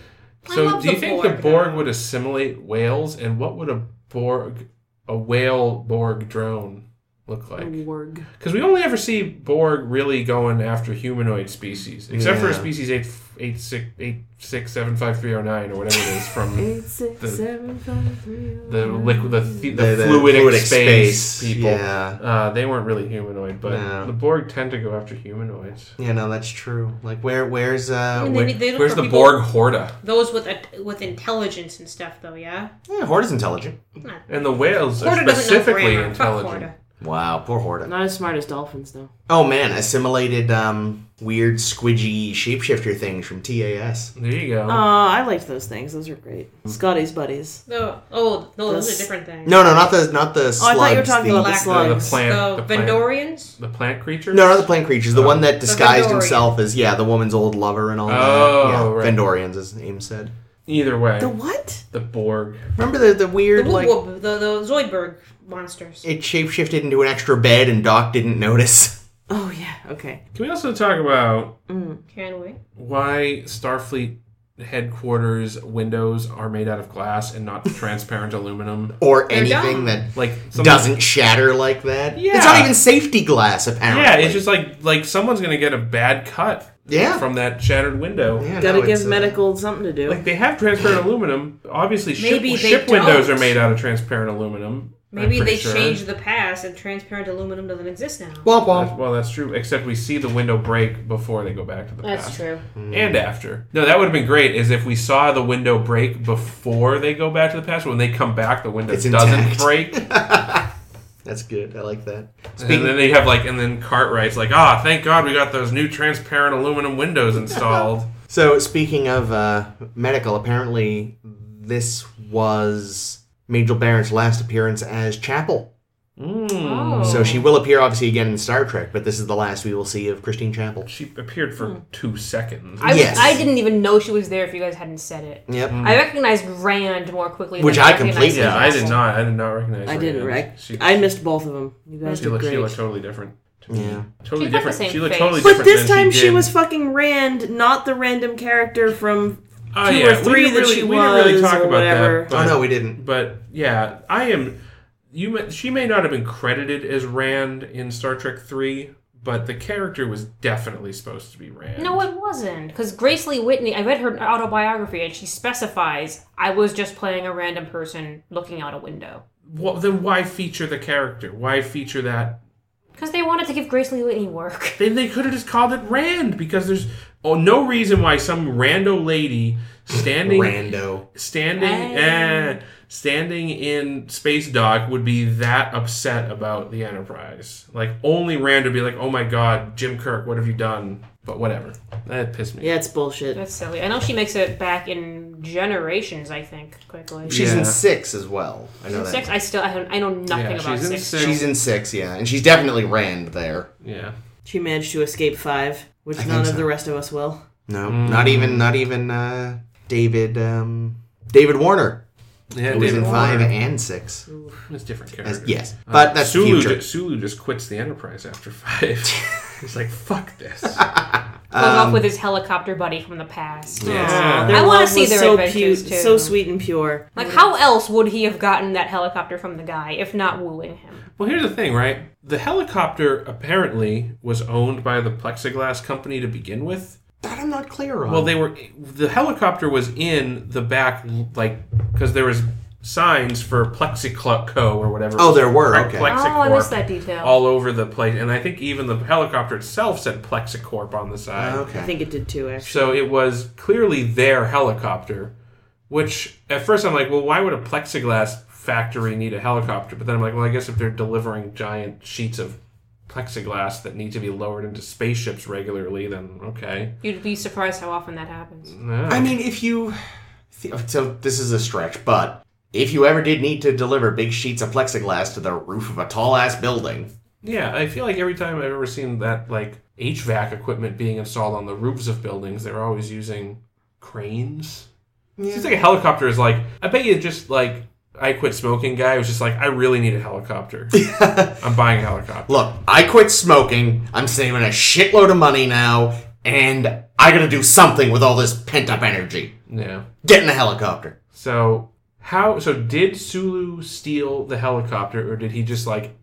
S2: I
S3: So,
S2: love
S3: do you
S2: the
S3: think
S2: Borg,
S3: the Borg
S2: though.
S3: would assimilate whales, and what would a Borg, a whale Borg drone look like?
S2: Warg.
S3: Because we only ever see Borg really going after humanoid species, except for
S1: Yeah.
S3: species eight eight six eight six seven five three zero nine or whatever it is from
S4: Eight, six,
S3: The-
S4: seven, five, three, oh,
S3: the
S4: nine.
S3: liquid the, the,
S1: The- the
S3: fluidic,
S1: fluidic
S3: space,
S1: space,
S3: people.
S1: yeah.
S3: Uh, they weren't really humanoid, but
S1: No.
S3: the Borg tend to go after humanoids.
S1: Yeah, no, that's true. Like, where, where's, uh,
S2: And
S1: where,
S2: they, they look
S3: Where's
S2: for
S3: the
S2: people-
S3: Borg Horda?
S2: Those with a, with intelligence and stuff, though. Yeah.
S1: yeah, Horda's intelligent.
S2: Nah.
S3: And the whales are
S2: Horta doesn't know
S3: specifically
S2: grammar. Fuck
S3: intelligent.
S2: Horta.
S1: Wow, poor Horda.
S4: Not as smart as dolphins, though.
S1: Oh man, assimilated, um, weird squidgy shapeshifter things from TAS.
S3: There you go.
S4: Oh,
S2: Um,
S4: I liked those things. Those were great.
S3: Mm.
S4: Scotty's buddies.
S2: No, oh, no, those
S4: Those-
S2: are different things.
S1: No, no, not the, not the
S4: Oh, I
S1: slugs.
S4: thought you were talking
S1: the-
S4: about the
S2: black-
S3: the, the
S4: slugs.
S3: plant,
S2: the
S3: the plant,
S2: Vendorians.
S3: the plant creatures.
S1: No, not the plane creatures. The
S3: Oh.
S1: one that disguised
S2: Vendorian.
S1: himself as yeah, the woman's old lover and all
S3: Oh,
S1: that. Yeah,
S3: right.
S1: Vendorians, as Aim said.
S3: Either way,
S4: The
S3: the,
S4: what?
S3: Borg.
S1: Remember the the
S2: The
S1: weird
S2: Wub
S1: like
S2: Wub, the, the Zoidberg monsters.
S1: it shapeshifted into an extra bed and Doc didn't notice.
S4: Oh, yeah. Okay.
S3: Can we also talk about
S2: Can we?
S3: why Starfleet headquarters windows are made out of glass and not transparent aluminum?
S1: Or
S2: They're
S1: anything
S2: dumb.
S1: that
S3: Like something-
S1: doesn't shatter like that.
S3: Yeah.
S1: It's not even safety glass apparently.
S3: Yeah, it's just like like someone's gonna get a bad cut.
S1: Yeah.
S3: From that shattered window.
S1: Yeah,
S4: Gotta
S1: no,
S4: give
S1: it's, uh,
S4: medical something to do.
S3: Like they have transparent aluminum. Obviously, ship,
S2: Maybe they
S3: ship windows
S2: don't.
S3: are made out of transparent aluminum. I'm
S2: Maybe
S3: pretty
S2: they
S3: sure.
S2: changed the past and transparent aluminum doesn't exist now.
S1: Womp womp.
S3: That's- well, that's true. Except we see the window break before they go back to the past.
S2: true.
S3: and after. No, that would have been great. Is if we saw the window break before they go back to the past. When they come back, the window
S1: It's
S3: doesn't
S1: intact.
S3: break,
S1: That's good. I like that.
S3: and then
S1: Speaking
S3: they have like, and then Cartwright's like, "Ah, thank God we got those new transparent aluminum windows installed."
S1: so speaking of uh, medical, apparently this was Major Barrett's last appearance as Chapel.
S3: Mm.
S2: Oh.
S1: So she will appear obviously again in Star Trek, but this is the last we will see of Christine Chapel.
S3: She appeared
S4: Hmm.
S3: for two seconds.
S2: I,
S1: Yes.
S2: I didn't even know she was there if you guys hadn't said it.
S1: Yep.
S3: Mm.
S2: I recognized Rand more quickly.
S1: Which
S2: than
S1: I
S2: recognized
S1: completely-
S3: yeah, Hmm. I did
S2: Russell.
S3: not. I did not recognize.
S4: I
S3: her
S4: didn't,
S3: yet.
S4: right?
S3: She,
S4: I missed both of them. You guys
S3: she
S4: did
S3: looked. She
S4: great.
S3: looked totally different. To me.
S1: Yeah.
S3: Totally
S2: She's got the
S3: different.
S2: same
S3: She looked
S2: face.
S3: totally
S4: but
S3: different.
S4: this
S3: than
S4: time she
S3: did.
S4: was fucking Rand, not the random character from
S3: Oh,
S4: two
S3: yeah.
S4: or three
S3: we didn't
S4: that
S3: really,
S4: she
S3: we didn't really
S4: was
S3: talk
S4: or
S3: about
S4: whatever.
S3: that.
S1: Oh
S3: but-
S1: no, we didn't.
S3: But yeah, I am. You may, she may not have been credited as Rand in Star Trek Three, but the character was definitely supposed to be Rand.
S2: No, it wasn't. Because Grace Lee Whitney, I read her autobiography and she specifies I was just playing a random person looking out a window.
S3: Well, then why feature the character? Why feature that?
S2: Because they wanted to give Grace Lee Whitney work.
S3: Then they could have just called it Rand because there's oh, no reason why some rando lady standing
S1: Rando.
S3: standing
S2: Rand.
S3: eh, standing in space dock would be that upset about the Enterprise. Like only Rand would be like, "Oh my God, Jim Kirk, what have you done?" But whatever, that pissed me.
S4: Yeah, it's bullshit.
S2: That's silly. I know she makes it back in generations, I think, quickly.
S1: She's
S3: Yeah.
S1: in six as well. I know that.
S2: Six, I still I, don't- I know nothing
S3: Yeah,
S2: about
S3: she's in
S2: six.
S3: six.
S1: She's in six, yeah, and she's definitely Rand there.
S3: Yeah.
S4: She managed to escape five, which
S1: think
S4: none
S1: so.
S4: of the rest of us will.
S1: No, not even, not even uh, David, um, David Warner,
S3: Yeah,
S1: who was in
S3: David
S1: five
S3: Warner
S1: and six.
S3: is different character.
S1: As, yes, but that's
S3: Sulu
S1: future.
S3: ju- Sulu just quits the Enterprise after five. He's like, fuck this.
S2: Love off with his helicopter buddy from the past.
S3: Yeah.
S4: Their
S2: I wanna
S4: love
S2: see
S4: was
S2: their
S4: so
S2: adventures,
S4: cute,
S2: too.
S4: so sweet and pure.
S2: Like, how else would he have gotten that helicopter from the guy if not wooing him?
S3: Well, here's the thing, right? The helicopter apparently was owned by the plexiglass company to begin with.
S1: That I'm not clear on.
S3: Well, they were. The helicopter was in the back, like, because there was signs for Plexiclub Co. or whatever.
S1: Oh, there were,
S3: Plex-
S1: okay.
S2: Oh, I
S3: Plexicorp
S2: missed that detail.
S3: All over the place, and I think even the helicopter itself said Plexicorp on the side.
S4: I
S1: okay.
S4: think it did too, actually.
S3: So it was clearly their helicopter, which at first I'm like, well, why would a plexiglass factory need a helicopter? But then I'm like, well, I guess if they're delivering giant sheets of plexiglass that need to be lowered into spaceships regularly, then okay. Uh,
S2: You'd be surprised how often that happens.
S3: Yeah.
S1: I mean, if you, so this is a stretch, but if you ever did need to deliver big sheets of plexiglass to the roof of a tall ass building,
S3: yeah, I feel like every time I've ever seen that like HVAC equipment being installed on the roofs of buildings, they're always using cranes. Seems like a helicopter is like I bet you just like I quit smoking guy was just like I really need a helicopter. I'm buying a helicopter.
S1: Look, I quit smoking. I'm saving a shitload of money now, and I gotta do something with all this pent up energy.
S3: Yeah.
S1: Get in a helicopter.
S3: So how so did Sulu steal the helicopter or did he just like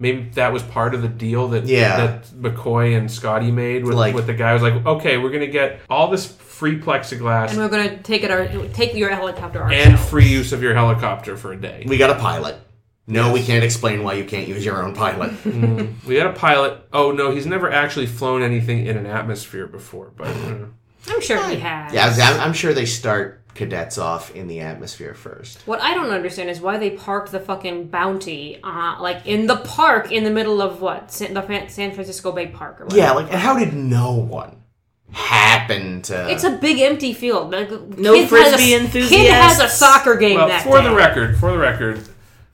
S3: Maybe that was part of the deal that
S1: Yeah.
S3: that McCoy and Scotty made with,
S1: Like-
S3: with the guy who was like, okay, we're gonna get all this free plexiglass
S2: and we're gonna take it our take your helicopter ourselves.
S3: and free use of your helicopter for a day.
S1: We got a pilot. No, we can't explain why you can't use your own pilot.
S3: We had a pilot. Oh no, he's never actually flown anything in an atmosphere before. But uh,
S2: I'm sure he has.
S1: yeah, I'm, I'm sure they start cadets off in the atmosphere first.
S2: What I don't understand is why they parked the fucking bounty, uh, like in the park in the middle of what San, the Fran- San Francisco Bay Park or whatever.
S1: Yeah, like and how did no one happen to?
S2: It's a big empty field. Like,
S4: No
S2: kid has a-
S4: frisbee
S2: Kid has a
S4: enthusiasts.
S2: soccer game
S3: well,
S2: that
S3: for the
S2: day.
S3: record, for the record,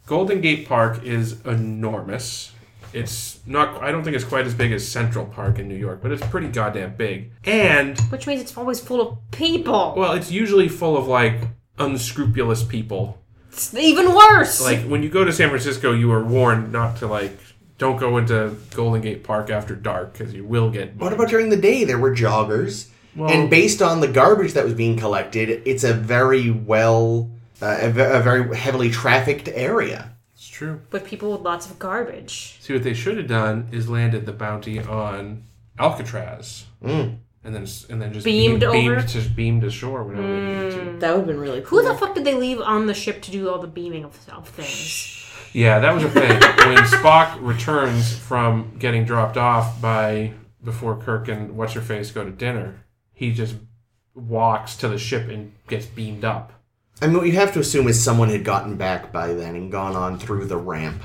S3: Golden Gate Park is enormous. It's not. I don't think it's quite as big as Central Park in New York, but it's pretty goddamn big. And
S2: Which means it's always full of people.
S3: well, it's usually full of like unscrupulous people.
S2: It's even worse.
S3: Like when you go to San Francisco, you are warned not to like. Don't go into Golden Gate Park after dark because you will get.
S1: what about during the day? There were joggers, and based on the garbage that was being collected, it's a very well, uh, a, ve- a very heavily trafficked area.
S3: It's true.
S2: with people with lots of garbage.
S3: See, what they should have done is landed the bounty on Alcatraz, and then s- and then just
S2: Beamed
S3: beam-
S2: over?
S3: beamed, just beamed ashore whenever they needed
S4: That would have been really cool.
S2: Who the fuck did they leave on the ship to do all the beaming of, of things?
S3: to. Yeah, that was a thing. when Spock returns from getting dropped off by before Kirk and what's her face go to dinner, he just walks to the ship and gets beamed up.
S1: I mean, what you have to assume is someone had gotten back by then and gone on through the ramp.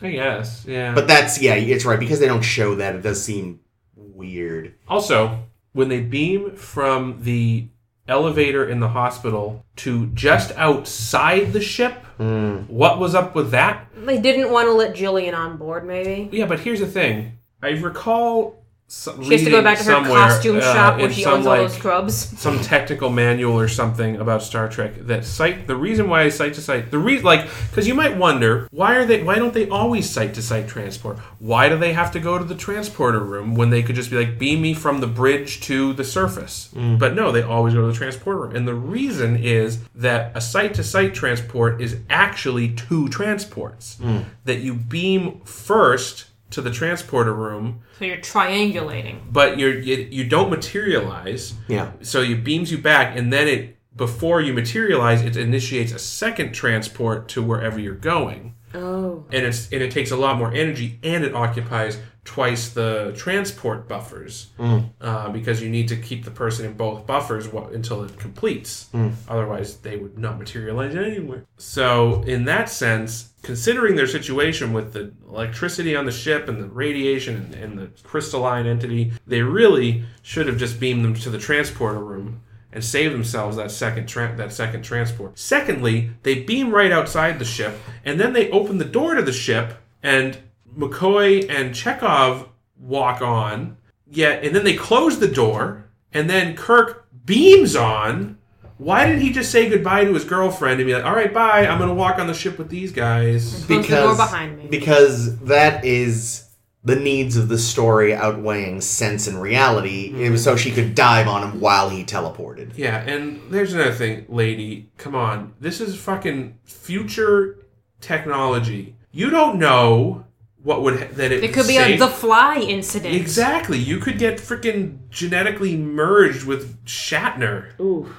S3: I guess, yeah.
S1: But that's yeah, it's right because they don't show that. It does seem weird.
S3: Also, when they beam from the elevator in the hospital to just outside the ship, what was up with that?
S2: They didn't want to let Jillian on board, maybe.
S3: Yeah, but here's the thing. I recall some,
S2: She has to go
S3: reading
S2: back to her
S3: somewhere,
S2: costume
S3: uh,
S2: shop where
S3: in
S2: she
S3: some,
S2: owns all
S3: like,
S2: those scrubs.
S3: some technical manual or something about Star Trek that site the reason why site to site the reason like because you might wonder why are they why don't they always site to site transport why do they have to go to the transporter room when they could just be like beam me from the bridge to the surface but no they always go to the transporter room and the reason is that a site to site transport is actually two transports that you beam first to the transporter room
S2: So you're triangulating.
S3: but you're, you you don't materialize.
S1: Yeah.
S3: So it beams you back, and then it before you materialize, it initiates a second transport to wherever you're going,
S4: Oh.
S3: and it's and it takes a lot more energy, and it occupies twice the transport buffers uh, because you need to keep the person in both buffers wh- until it completes. Otherwise, they would not materialize anywhere. So in that sense. Considering their situation with the electricity on the ship and the radiation and, and the crystalline entity, they really should have just beamed them to the transporter room and save themselves that second tra- that second transport. Secondly, they beam right outside the ship, and then they open the door to the ship, and McCoy and Chekhov walk on. Yeah, and then they close the door, and then Kirk beams on. Why did he just say goodbye to his girlfriend and be like, "All right, bye. I'm gonna walk on the ship with these guys."
S2: Close the door behind me.
S1: Because that is the needs of the story outweighing sense and reality. It was so she could dive on him while he teleported.
S3: Yeah, and there's another thing, lady. Come on, this is fucking future technology. You don't know what would ha- that it,
S2: It could be
S3: save-
S2: a the fly incident.
S3: Exactly. You could get freaking genetically merged with Shatner.
S4: Ooh,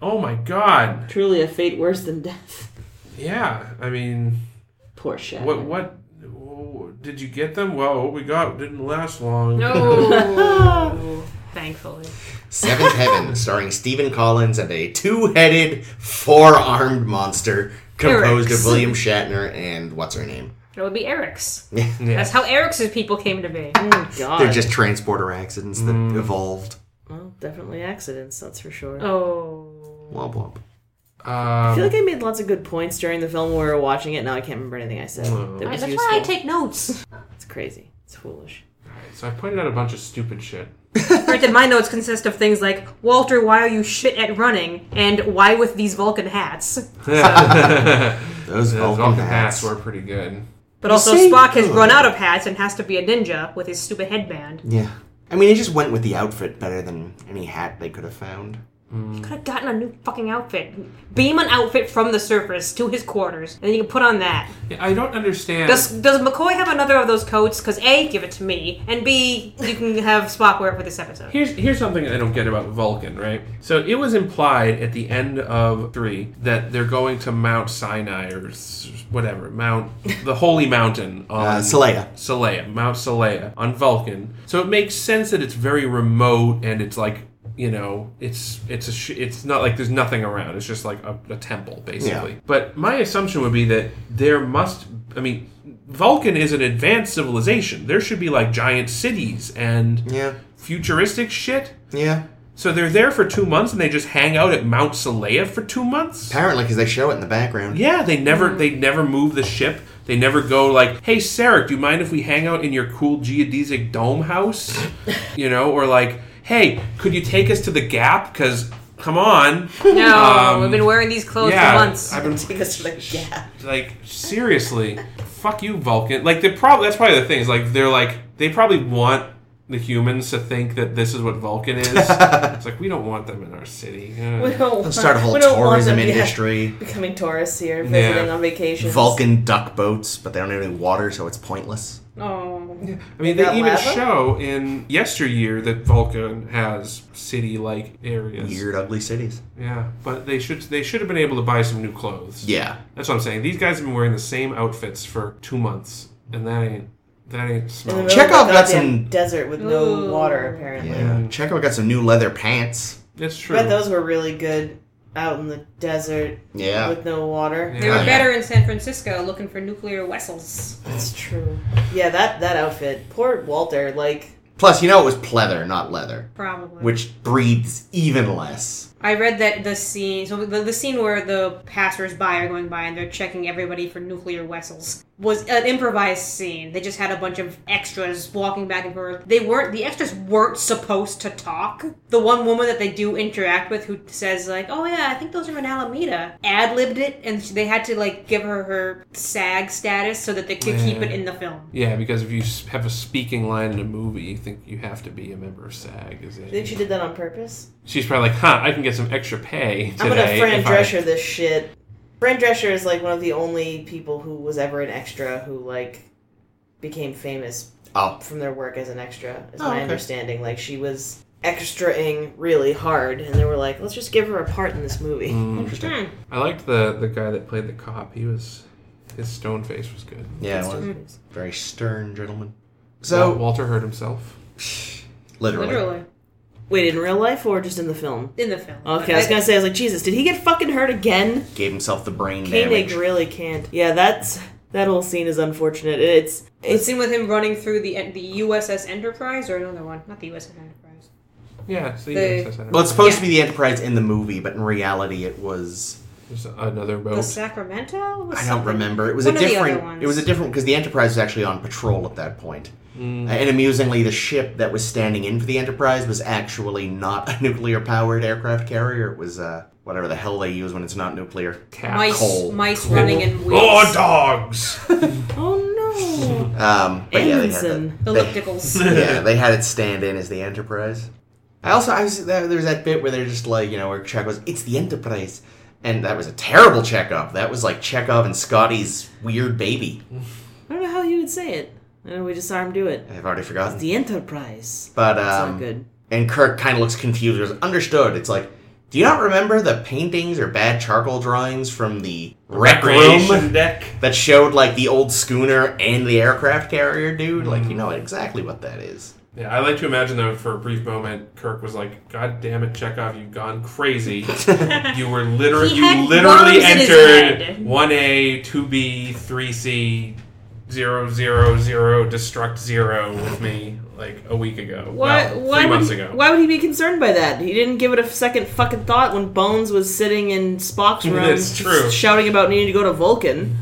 S3: Oh my god.
S4: truly a fate worse than death.
S3: Yeah. I mean,
S4: Poor shit.
S3: what what oh, did you get them? Well, what we got didn't last long.
S2: No. Thankfully.
S1: Seventh Heaven, starring Stephen Collins and a two-headed, four-armed monster composed
S2: Eric's.
S1: of William Shatner and what's her name?
S2: That would be Eric's.
S3: Yeah.
S2: That's how Eric's people came to be.
S4: Oh, God.
S1: They're just transporter accidents that
S2: Mm.
S1: evolved.
S4: Well, definitely accidents, that's for sure.
S2: Oh.
S1: Womp womp.
S4: I feel
S3: Um,
S4: like I made lots of good points during the film when we were watching it. Now I can't remember anything I said. That was
S2: That's
S4: useful.
S2: why I take notes.
S4: it's crazy. It's foolish.
S3: so I pointed out a bunch of stupid shit.
S2: Granted, my notes consist of things like Walter, why are you shit at running? And why with these Vulcan hats?
S1: Those
S3: Those
S1: Vulcan
S3: Vulcan hats
S1: hats.
S3: were pretty good.
S2: But also,
S1: say-
S2: Spock
S3: Oh.
S2: has run out of hats and has to be a ninja with his stupid headband.
S1: Yeah. I mean, it just went with the outfit better than any hat they could have found.
S2: Could have gotten a new fucking outfit. Beam an outfit from the surface to his quarters, and then you can put on that.
S3: Yeah, I don't understand.
S2: Does Does McCoy have another of those coats? Because a, give it to me, and b, you can have Spock wear it for this episode.
S3: Here's here's something I don't get about Vulcan, right? So it was implied at the end of three that they're going to Mount Sinai or s- whatever Mount, the holy mountain on
S1: Uh, Saleya.
S3: Saleya, Mount Saleya on Vulcan. So it makes sense that it's very remote and it's like you know it's it's a sh- it's not like there's nothing around. It's just like a, a temple basically.
S1: Yeah.
S3: But my assumption would be that there must. I mean. Vulcan is an advanced civilization. There should be like giant cities and
S1: Yeah.
S3: futuristic shit.
S1: Yeah.
S3: So they're there for two months and they just hang out at Mount Saleya for two months.
S1: Apparently, because they show it in the background.
S3: Yeah, they never they never move the ship. They never go like, "Hey, Sarek, do you mind if we hang out in your cool geodesic dome house?" you know, or like, "Hey, could you take us to the Gap? Because come on,
S2: No,
S3: Um,
S2: we've been wearing these clothes
S3: yeah,
S2: for months.
S3: I've been
S4: Because like, yeah.
S3: like seriously fuck you vulcan like they probably that's probably the thing is like they're like they probably want the humans to think that this is what vulcan is it's like we don't want them in our city Uh,
S4: We don't
S1: Let's start a whole
S4: we don't want
S1: tourism
S4: them, yeah,
S1: industry.
S4: becoming tourists here, visiting
S3: Yeah.
S4: on vacation.
S1: Vulcan duck boats, but they don't have any water, so it's pointless.
S4: Oh.
S3: i mean
S4: They
S3: they
S4: got
S3: even
S4: lava?
S3: show in yesteryear that vulcan has city like areas
S1: Weird, ugly cities.
S3: yeah but they should they should have been able to buy some new clothes
S1: Yeah.
S3: that's what i'm saying these guys have been wearing the same outfits for two months and that ain't that ain't
S4: In the
S3: smart
S4: middle
S1: Chekhov
S4: of a
S1: got
S4: goddamn
S1: some-
S4: desert with no
S2: Ooh.
S4: water apparently.
S1: Yeah. Chekhov got some new leather pants.
S3: it's true
S4: But those were really good out in the desert
S1: Yeah.
S4: with no water.
S3: Yeah.
S2: they were
S1: Yeah.
S2: better in San Francisco looking for nuclear vessels.
S4: That's true. Yeah, that that outfit. Poor Walter. Like,
S1: Plus, you know, it was pleather, not leather,
S2: Probably.
S1: which breathes even less.
S2: I read that the scene, so the, the scene where the passersby are going by and they're checking everybody for nuclear vessels was an improvised scene. They just had a bunch of extras walking back and forth. They weren't, the extras weren't supposed to talk. The one woman that they do interact with who says like, oh yeah, I think those are in Alameda, ad-libbed it and they had to like give her her SAG status so that they could keep
S3: Yeah.
S2: it in the film.
S3: Yeah, because if you s- have a speaking line in a movie, you think you have to be a member of SAG. Is
S4: I think she
S3: it?
S4: did that on purpose.
S3: She's probably like, huh, I can get some extra pay today.
S4: I'm gonna Fran
S3: if I-
S4: Drescher this shit. Fran Drescher is like one of the only people who was ever an extra who like became famous
S1: Oh.
S4: from their work as an extra. Is
S1: Oh,
S4: my
S1: okay.
S4: understanding. Like she was extraing really hard, and they were like, let's just give her a part in this movie.
S1: Interesting.
S2: Hmm.
S3: I liked the the guy that played the cop. He was his stone face was good.
S1: Yeah, it was.
S4: That's
S1: Very stern gentleman.
S3: So
S1: So,
S3: Walter hurt himself.
S1: literally.
S2: Literally.
S4: Wait, in real life or just in the film?
S2: In the film.
S4: Okay, I was gonna say, I was like, Jesus, did he get fucking hurt again?
S1: Gave himself the brain
S4: Koenig
S1: damage.
S4: really can't. Yeah, that's that whole scene is unfortunate. It's
S2: The
S4: it's
S2: scene with him running through the the USS Enterprise or another one, not the USS Enterprise.
S3: Yeah, it's the,
S2: The-
S3: USS Enterprise.
S1: Well, it's supposed to be the Enterprise in the movie, but in reality, it was.
S3: There's another
S2: The
S3: boat.
S2: Sacramento. Was
S1: I don't
S2: something-
S1: remember. It was
S2: One
S1: a
S2: of the other
S1: different.
S2: ones.
S1: It was a different because the Enterprise was actually on patrol at that point.
S3: Mm.
S1: And amusingly, the ship that was standing in for the Enterprise was actually not a nuclear-powered aircraft carrier. It was uh, whatever the hell they use when it's not nuclear.
S3: Cats.
S2: Mice,
S1: Coal.
S2: mice running in wheels.
S3: Oh, dogs!
S4: oh
S1: Um, but yeah, they had the,
S4: Ensign.
S2: the ellipticals.
S1: yeah, they had it stand in as the Enterprise. I also, I was there, there was that bit where they're just like, you know, where Chekhov was, it's the Enterprise, and that was a terrible Chekhov. That was like Chekhov and Scotty's weird baby.
S4: no! I don't know how he would say it. I know we just saw him do it.
S1: I've already forgotten.
S4: The Enterprise.
S1: But um,
S4: It's not good.
S1: And Kirk kind of looks confused. He goes, understood. It's like, do you not remember the paintings or bad charcoal drawings from the rec room
S3: deck.
S1: that showed like the old schooner and the aircraft carrier, dude? Like, you know exactly what that is.
S3: Yeah, I like to imagine though, for a brief moment, Kirk was like, "God damn it, Chekhov, you've gone crazy. you were literally,
S2: He
S3: you
S2: had
S3: literally
S2: bombs in his
S3: entered
S2: head."
S3: one A, two B, three C, zero zero zero, destruct zero with me like a week ago.
S4: Why?
S3: Well,
S4: why
S3: three
S4: would
S3: months
S4: he,
S3: ago.
S4: Why would he be concerned by that? He didn't give it a second fucking thought when Bones was sitting in Spock's room,
S3: That's true.
S4: shouting about needing to go to Vulcan.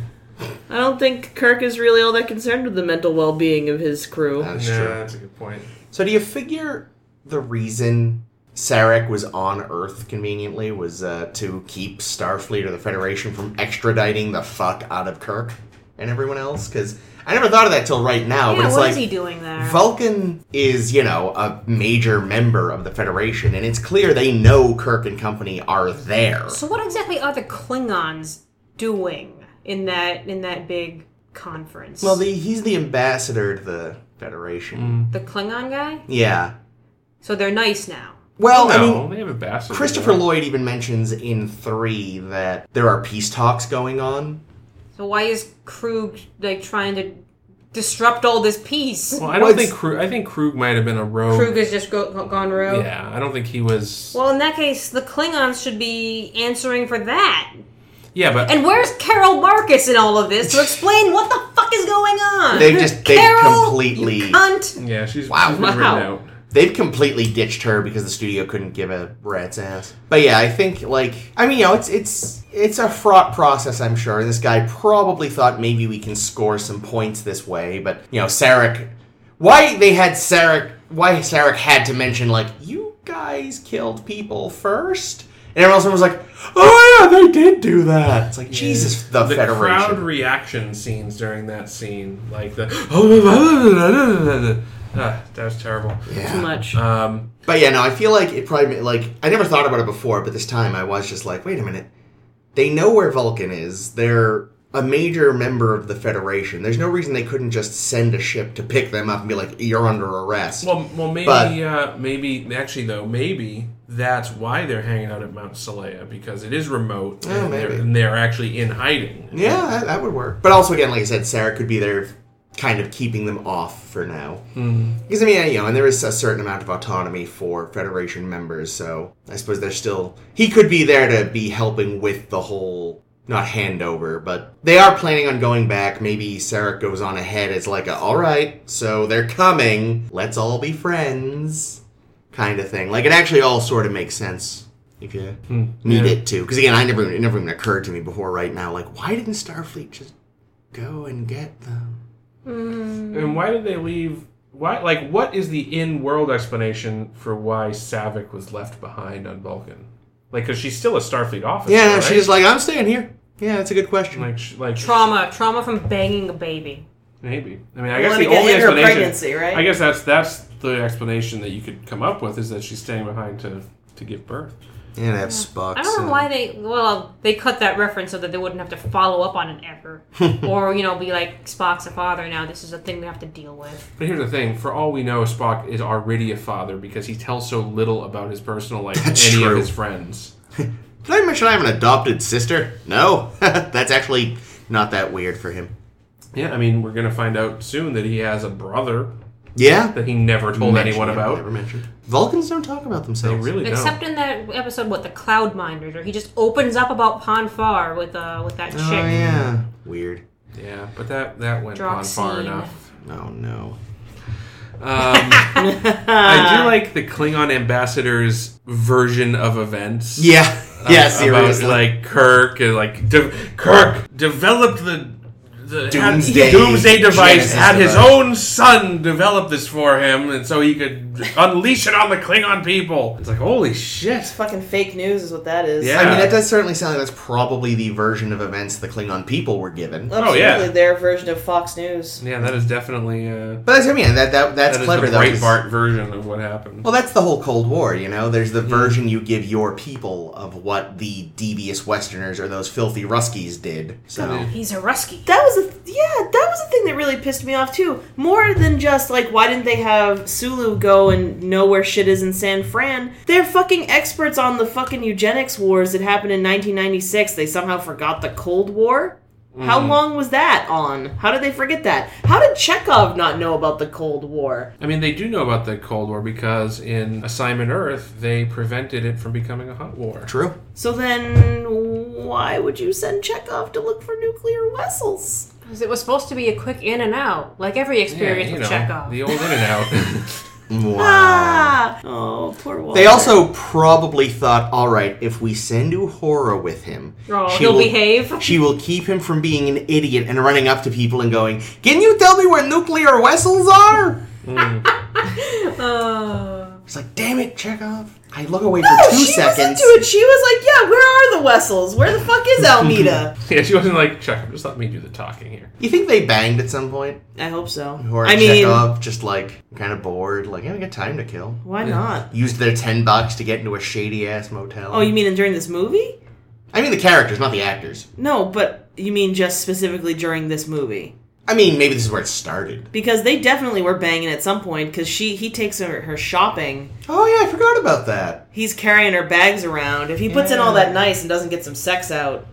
S4: I don't think Kirk is really all that concerned with the mental well-being of his crew.
S1: That's
S3: Yeah,
S1: true.
S3: that's a good point.
S1: So, do you figure the reason Sarek was on Earth conveniently was uh, to keep Starfleet or the Federation from extraditing the fuck out of Kirk and everyone else? Because I never thought of that till right now, but
S2: yeah, what
S1: it's
S2: is
S1: like
S2: he doing there?
S1: Vulcan is, you know, a major member of the Federation, and it's clear they know Kirk and company are there.
S2: so what exactly are the Klingons doing in that in that big conference?
S1: Well, the, he's the ambassador to the Federation.
S2: the Klingon guy.
S1: Yeah.
S2: So they're nice now.
S1: Well, I
S3: no,
S1: mean,
S3: they have a bastard.
S1: Christopher Lloyd even mentions in three that there are peace talks going on.
S2: So why is Krug like trying to disrupt all this peace?
S3: Well, I don't
S1: What's-
S3: think Krug. I think Krug might have been a rogue.
S2: Krug has just go- go- gone rogue.
S3: Yeah, I don't think he was.
S2: Well, in that case, the Klingons should be answering for that.
S3: yeah, but
S2: And where's Carol Marcus in all of this to explain what the fuck is going on?
S1: They've just they've
S2: Carol,
S1: completely
S2: you cunt.
S3: yeah, she's,
S1: Wow.
S3: she's been
S4: Wow.
S3: written out.
S1: they've completely ditched her because the studio couldn't give a rat's ass. But yeah, I think like I mean, you know, it's it's it's a fraught process, I'm sure. This guy probably thought maybe we can score some points this way, but you know, Sarek why they had Sarek why Sarek had to mention like you guys killed people first? And everyone else was like, "Oh yeah, they did do that." It's like Jesus, the,
S3: the crowd
S1: Federation.
S3: reaction scenes during that scene, like the oh, that was terrible.
S4: Too
S1: Yeah.
S4: much.
S3: Um,
S1: But yeah, no, I feel like it probably like I never thought about it before, but this time I was just like, wait a minute, they know where Vulcan is. They're a major member of the Federation. There's no reason they couldn't just send a ship to pick them up and be like, you're under arrest.
S3: well, well, maybe,
S1: But-
S3: uh, maybe actually though, maybe that's why they're hanging out at Mount Celea because it is remote
S1: Oh,
S3: and, they're,
S1: maybe.
S3: and they're actually in hiding.
S1: yeah, that, that would work. But also, again, like I said, Sarah could be there, kind of keeping them off for now. Because I mean, you know, and there is a certain amount of autonomy for Federation members, so I suppose they're still. He could be there to be helping with the whole. Not handover, but they are planning on going back. Maybe Sarah goes on ahead as like a, all right, so they're coming. Let's all be friends, kind of thing. Like it actually all sort of makes sense if you need
S3: Hmm. yeah.
S1: it to. Because again, I never it never even occurred to me before right now. Like why didn't Starfleet just go and get them?
S3: And why did they leave? Why, like, what is the in-world explanation for why Savick was left behind on Vulcan? Like, because she's still a Starfleet officer.
S1: Yeah, no,
S3: right?
S1: she's like, I'm staying here. Yeah, that's a good question.
S3: like, she, like
S2: Trauma, trauma from banging a baby.
S3: Maybe. I mean,
S4: Well,
S3: I guess
S4: and
S3: the
S4: again,
S3: only
S4: in her
S3: explanation.
S4: pregnancy, right?
S3: I guess that's that's the explanation that you could come up with is that she's staying behind to to give birth.
S1: Yeah, they have Spock.
S2: I don't know
S1: so-
S2: why they. Well, they cut that reference so that they wouldn't have to follow up on it ever, or you know, be like Spock's a father now. This is a thing we have to deal with.
S3: But here's the thing: for all we know, Spock is already a father because he tells so little about his personal life to
S1: That's
S3: any
S1: true.
S3: of his friends.
S1: Did I mention I have an adopted sister? No, that's actually not that weird for him.
S3: Yeah, I mean, we're gonna find out soon that he has a brother
S1: Yeah,
S3: that he never told
S1: Mentioned,
S3: anyone
S1: Never
S3: about.
S1: mentioned. Vulcans don't talk about
S3: They
S1: themselves.
S3: Oh, really
S2: Except
S3: don't.
S2: in that episode, what the cloud minders, or he just opens up about Pon Far with uh with that
S1: Oh
S2: chick.
S1: yeah, weird.
S3: Yeah, but that that went
S2: Drop
S3: on far
S2: scene.
S3: enough.
S1: Oh no.
S3: Um, I do like the Klingon ambassador's version of events.
S1: Yeah, yeah. Seriously,
S3: about, like Kirk and like de- Kirk developed the. The,
S1: Doomsday-
S3: had, doomsday device
S1: Genesis
S3: had his
S1: device.
S3: own son develop this for him, and so he could unleash it on the Klingon people. It's like holy shit!
S4: Fucking fake news is what that is.
S3: Yeah.
S1: I mean, that does certainly sound like that's probably the version of events the Klingon people were given. But
S4: Absolutely
S3: Oh, yeah.
S4: their version of Fox News.
S3: Yeah, that is definitely uh,
S1: that's I mean that, that that's
S3: that is
S1: clever
S3: the
S1: though. 'cause-
S3: Breitbart version of what happened.
S1: Well, that's the whole Cold War, you know. There's the
S3: Hmm.
S1: version you give your people of what the devious Westerners or those filthy Ruskies did. So
S2: He's a Rusky.
S4: That was a yeah, that was a thing that really pissed me off too. More than just like why didn't they have Sulu go and know where shit is in San Fran? They're fucking experts on the fucking eugenics wars that happened in 1996. They somehow forgot the Cold War. How
S3: Mm-hmm.
S4: long was that on? How did they forget that? How did Chekhov not know about the Cold War?
S3: I mean, they do know about the Cold War because in Assignment Earth, they prevented it from becoming a hot war.
S1: true.
S4: So then why would you send Chekhov to look for nuclear vessels?
S2: Because it was supposed to be a quick in and out, like every experience
S3: you
S2: with
S3: know,
S2: Chekhov.
S3: the old in and out.
S1: Wow.
S4: Ah! Oh, poor Walter.
S1: They also probably thought, all right, if we send Uhura with him,
S2: Oh,
S1: she
S2: he'll
S1: will-
S2: behave.
S1: She will keep him from being an idiot and running up to people and going, "Can you tell me where nuclear vessels are?"
S2: Oh.
S1: It's like, damn it, Chekhov. I look away for two
S4: Oh, she
S1: seconds.
S4: was into it. She was like, "Yeah, where are the Wessels? Where the fuck is Almeida?"
S3: Yeah, she wasn't like Chekhov. Just let me do the talking here.
S1: You think they banged at some point?
S4: I hope so.
S1: Or
S4: I mean,
S1: Chekhov just like kind of bored, like, yeah, I got time to kill.
S4: why not?
S1: Used their ten bucks to get into a shady ass motel.
S4: Oh, you mean during this movie?
S1: I mean the characters, not the actors.
S4: No, but you mean just specifically during this movie
S1: I mean, maybe this is where it started.
S4: because they definitely were banging at some point because she he takes her her shopping.
S1: Oh yeah, I forgot about that.
S4: He's carrying her bags around. If he puts in all that nice and doesn't get some sex out,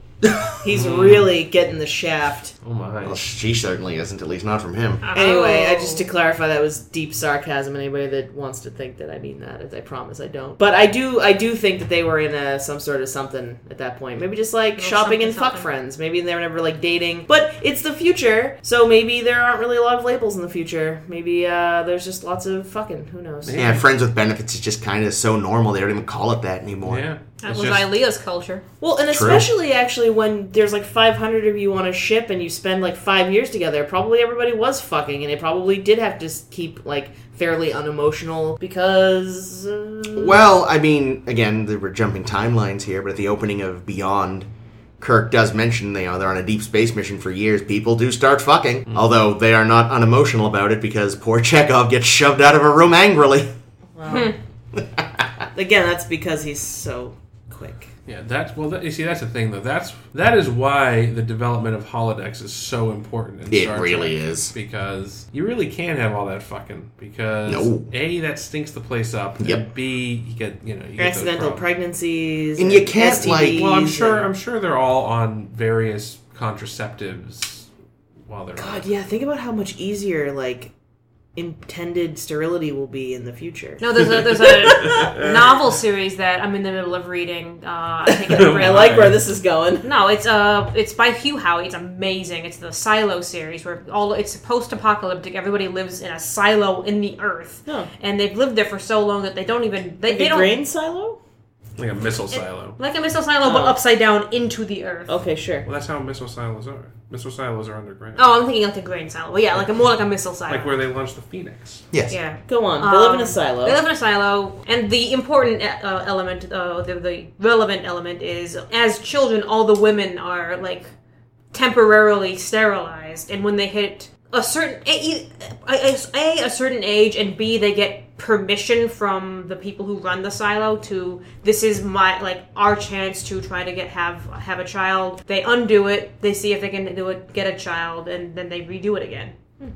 S4: he's really getting the shaft.
S3: Oh my.
S1: Well, she certainly isn't, at least not from him.
S4: Anyway, I
S2: Oh.
S4: just to clarify that was deep sarcasm. Anybody that wants to think that I mean that, I promise I don't. But I do, I do think that they were in a some sort of something at that point. Maybe just like shopping
S2: something,
S4: and fuck
S2: something.
S4: friends. Maybe they were never like dating. But it's the future, so maybe there aren't really a lot of labels in the future. Maybe uh, there's just lots of fucking. Who knows?
S1: Yeah, friends with benefits is just kind of so normal. They don't even call it that anymore.
S3: Yeah.
S2: That
S3: It's
S2: was
S3: just-
S2: Ilea's culture.
S4: Well, and
S1: True.
S4: especially actually when there's like 500 of you on a ship and you spend like five years together, probably everybody was fucking and they probably did have to s- keep like fairly unemotional because. Uh,
S1: Well, I mean, again, they we're jumping timelines here, but at the opening of Beyond, Kirk does mention they are they're on a deep space mission for years. People do start fucking, although they are not unemotional about it because poor Chekhov gets shoved out of a room angrily.
S2: Hmm.
S4: well, again, that's because he's so quick.
S3: Yeah, that's well. That, you see, that's the thing, though. That's that is why the development of holodecks is so important. In
S1: It
S3: Star
S1: really
S3: Trek,
S1: is.
S3: because you really can't have all that fucking because
S1: No.
S3: a that stinks the place up.
S1: Yep.
S3: And B you get you know you get those
S4: Accidental
S3: problems.
S4: pregnancies.
S1: And you can't, like-
S3: Well, I'm
S4: STDs,
S3: sure.
S4: and-
S3: I'm sure they're all on various contraceptives while they're on.
S4: God, yeah, think about how much easier like intended sterility will be in the future.
S2: No, there's a there's a novel series that I'm in the middle of reading. Uh, I think I
S4: I
S2: read
S4: like where this is going.
S2: No, it's uh, it's by Hugh Howey. It's amazing. It's the Silo series where all it's post-apocalyptic. Everybody lives in a silo in the earth,
S4: Huh.
S2: and they've lived there for so long that they don't even they, they
S4: A
S2: don't
S4: grain silo?
S3: Like a missile silo.
S2: like a missile silo, but
S4: Oh.
S2: upside down into the earth.
S4: Okay, sure.
S3: Well, that's how missile silos are. Missile silos are underground,
S2: Oh, I'm thinking like a grain silo. Well, yeah, like a more like a missile silo.
S3: like where they launched the Phoenix.
S1: Yes.
S2: yeah.
S4: Go on. they live in a
S2: Um,
S4: silo.
S2: They live in a silo, and the important uh, element, uh, the, the relevant element is as children, all the women are like temporarily sterilized, and when they hit a certain a, a, a, a certain age, and b they get permission from the people who run the silo to this is my like our chance to try to get have have a child. They undo it, they see if they can do it, get a child, and then they redo it again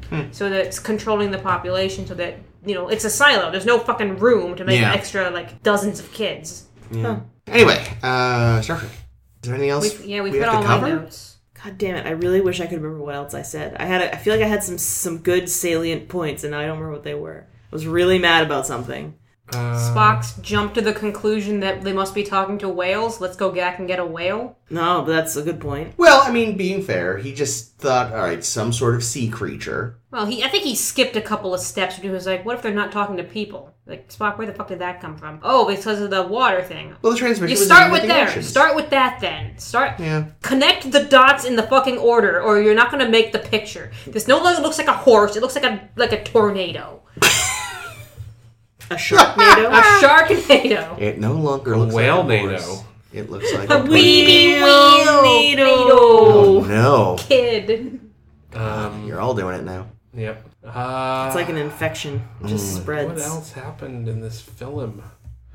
S1: Hmm.
S2: so that's controlling the population so that you know it's a silo there's no fucking room to make
S1: Yeah.
S2: extra like dozens of kids
S1: Anyway, uh, Star Trek. Is there anything else?
S2: yeah we've
S1: we
S2: got
S1: have
S2: all
S1: to
S2: my
S1: cover?
S2: notes
S4: God damn it! I really wish I could remember what else I said. I had a, I feel like I had some some good salient points, and I don't remember what they were. I was really mad about something.
S3: Uh,
S2: spock's jumped to the conclusion that they must be talking to whales let's go back and get a whale
S4: No, but that's a good point.
S1: Well, I mean, being fair, he just thought, all right, some sort of sea creature.
S2: well he i think he skipped a couple of steps because he was like what if they're not talking to people like spock where the fuck did that come from oh it's because of the water thing
S1: Well, the transmission.
S2: you
S1: was
S2: start
S1: in
S2: with
S1: the
S2: there
S1: oceans.
S2: start with that then start
S1: Yeah.
S2: connect the dots in the fucking order or you're not gonna make the picture this no longer looks like a horse it looks like a like a tornado
S4: A sharknado.
S2: A Sharknado.
S1: It no longer looks
S3: whale
S1: like a
S3: nato.
S1: horse. It looks like
S2: A
S1: a whale.
S2: weedy
S4: Wheel
S2: wheel
S1: Oh no!
S2: kid.
S3: Um,
S1: You're all doing it now.
S3: yep. Uh,
S4: It's like an infection. It just
S3: What
S4: spreads.
S3: else happened in this film?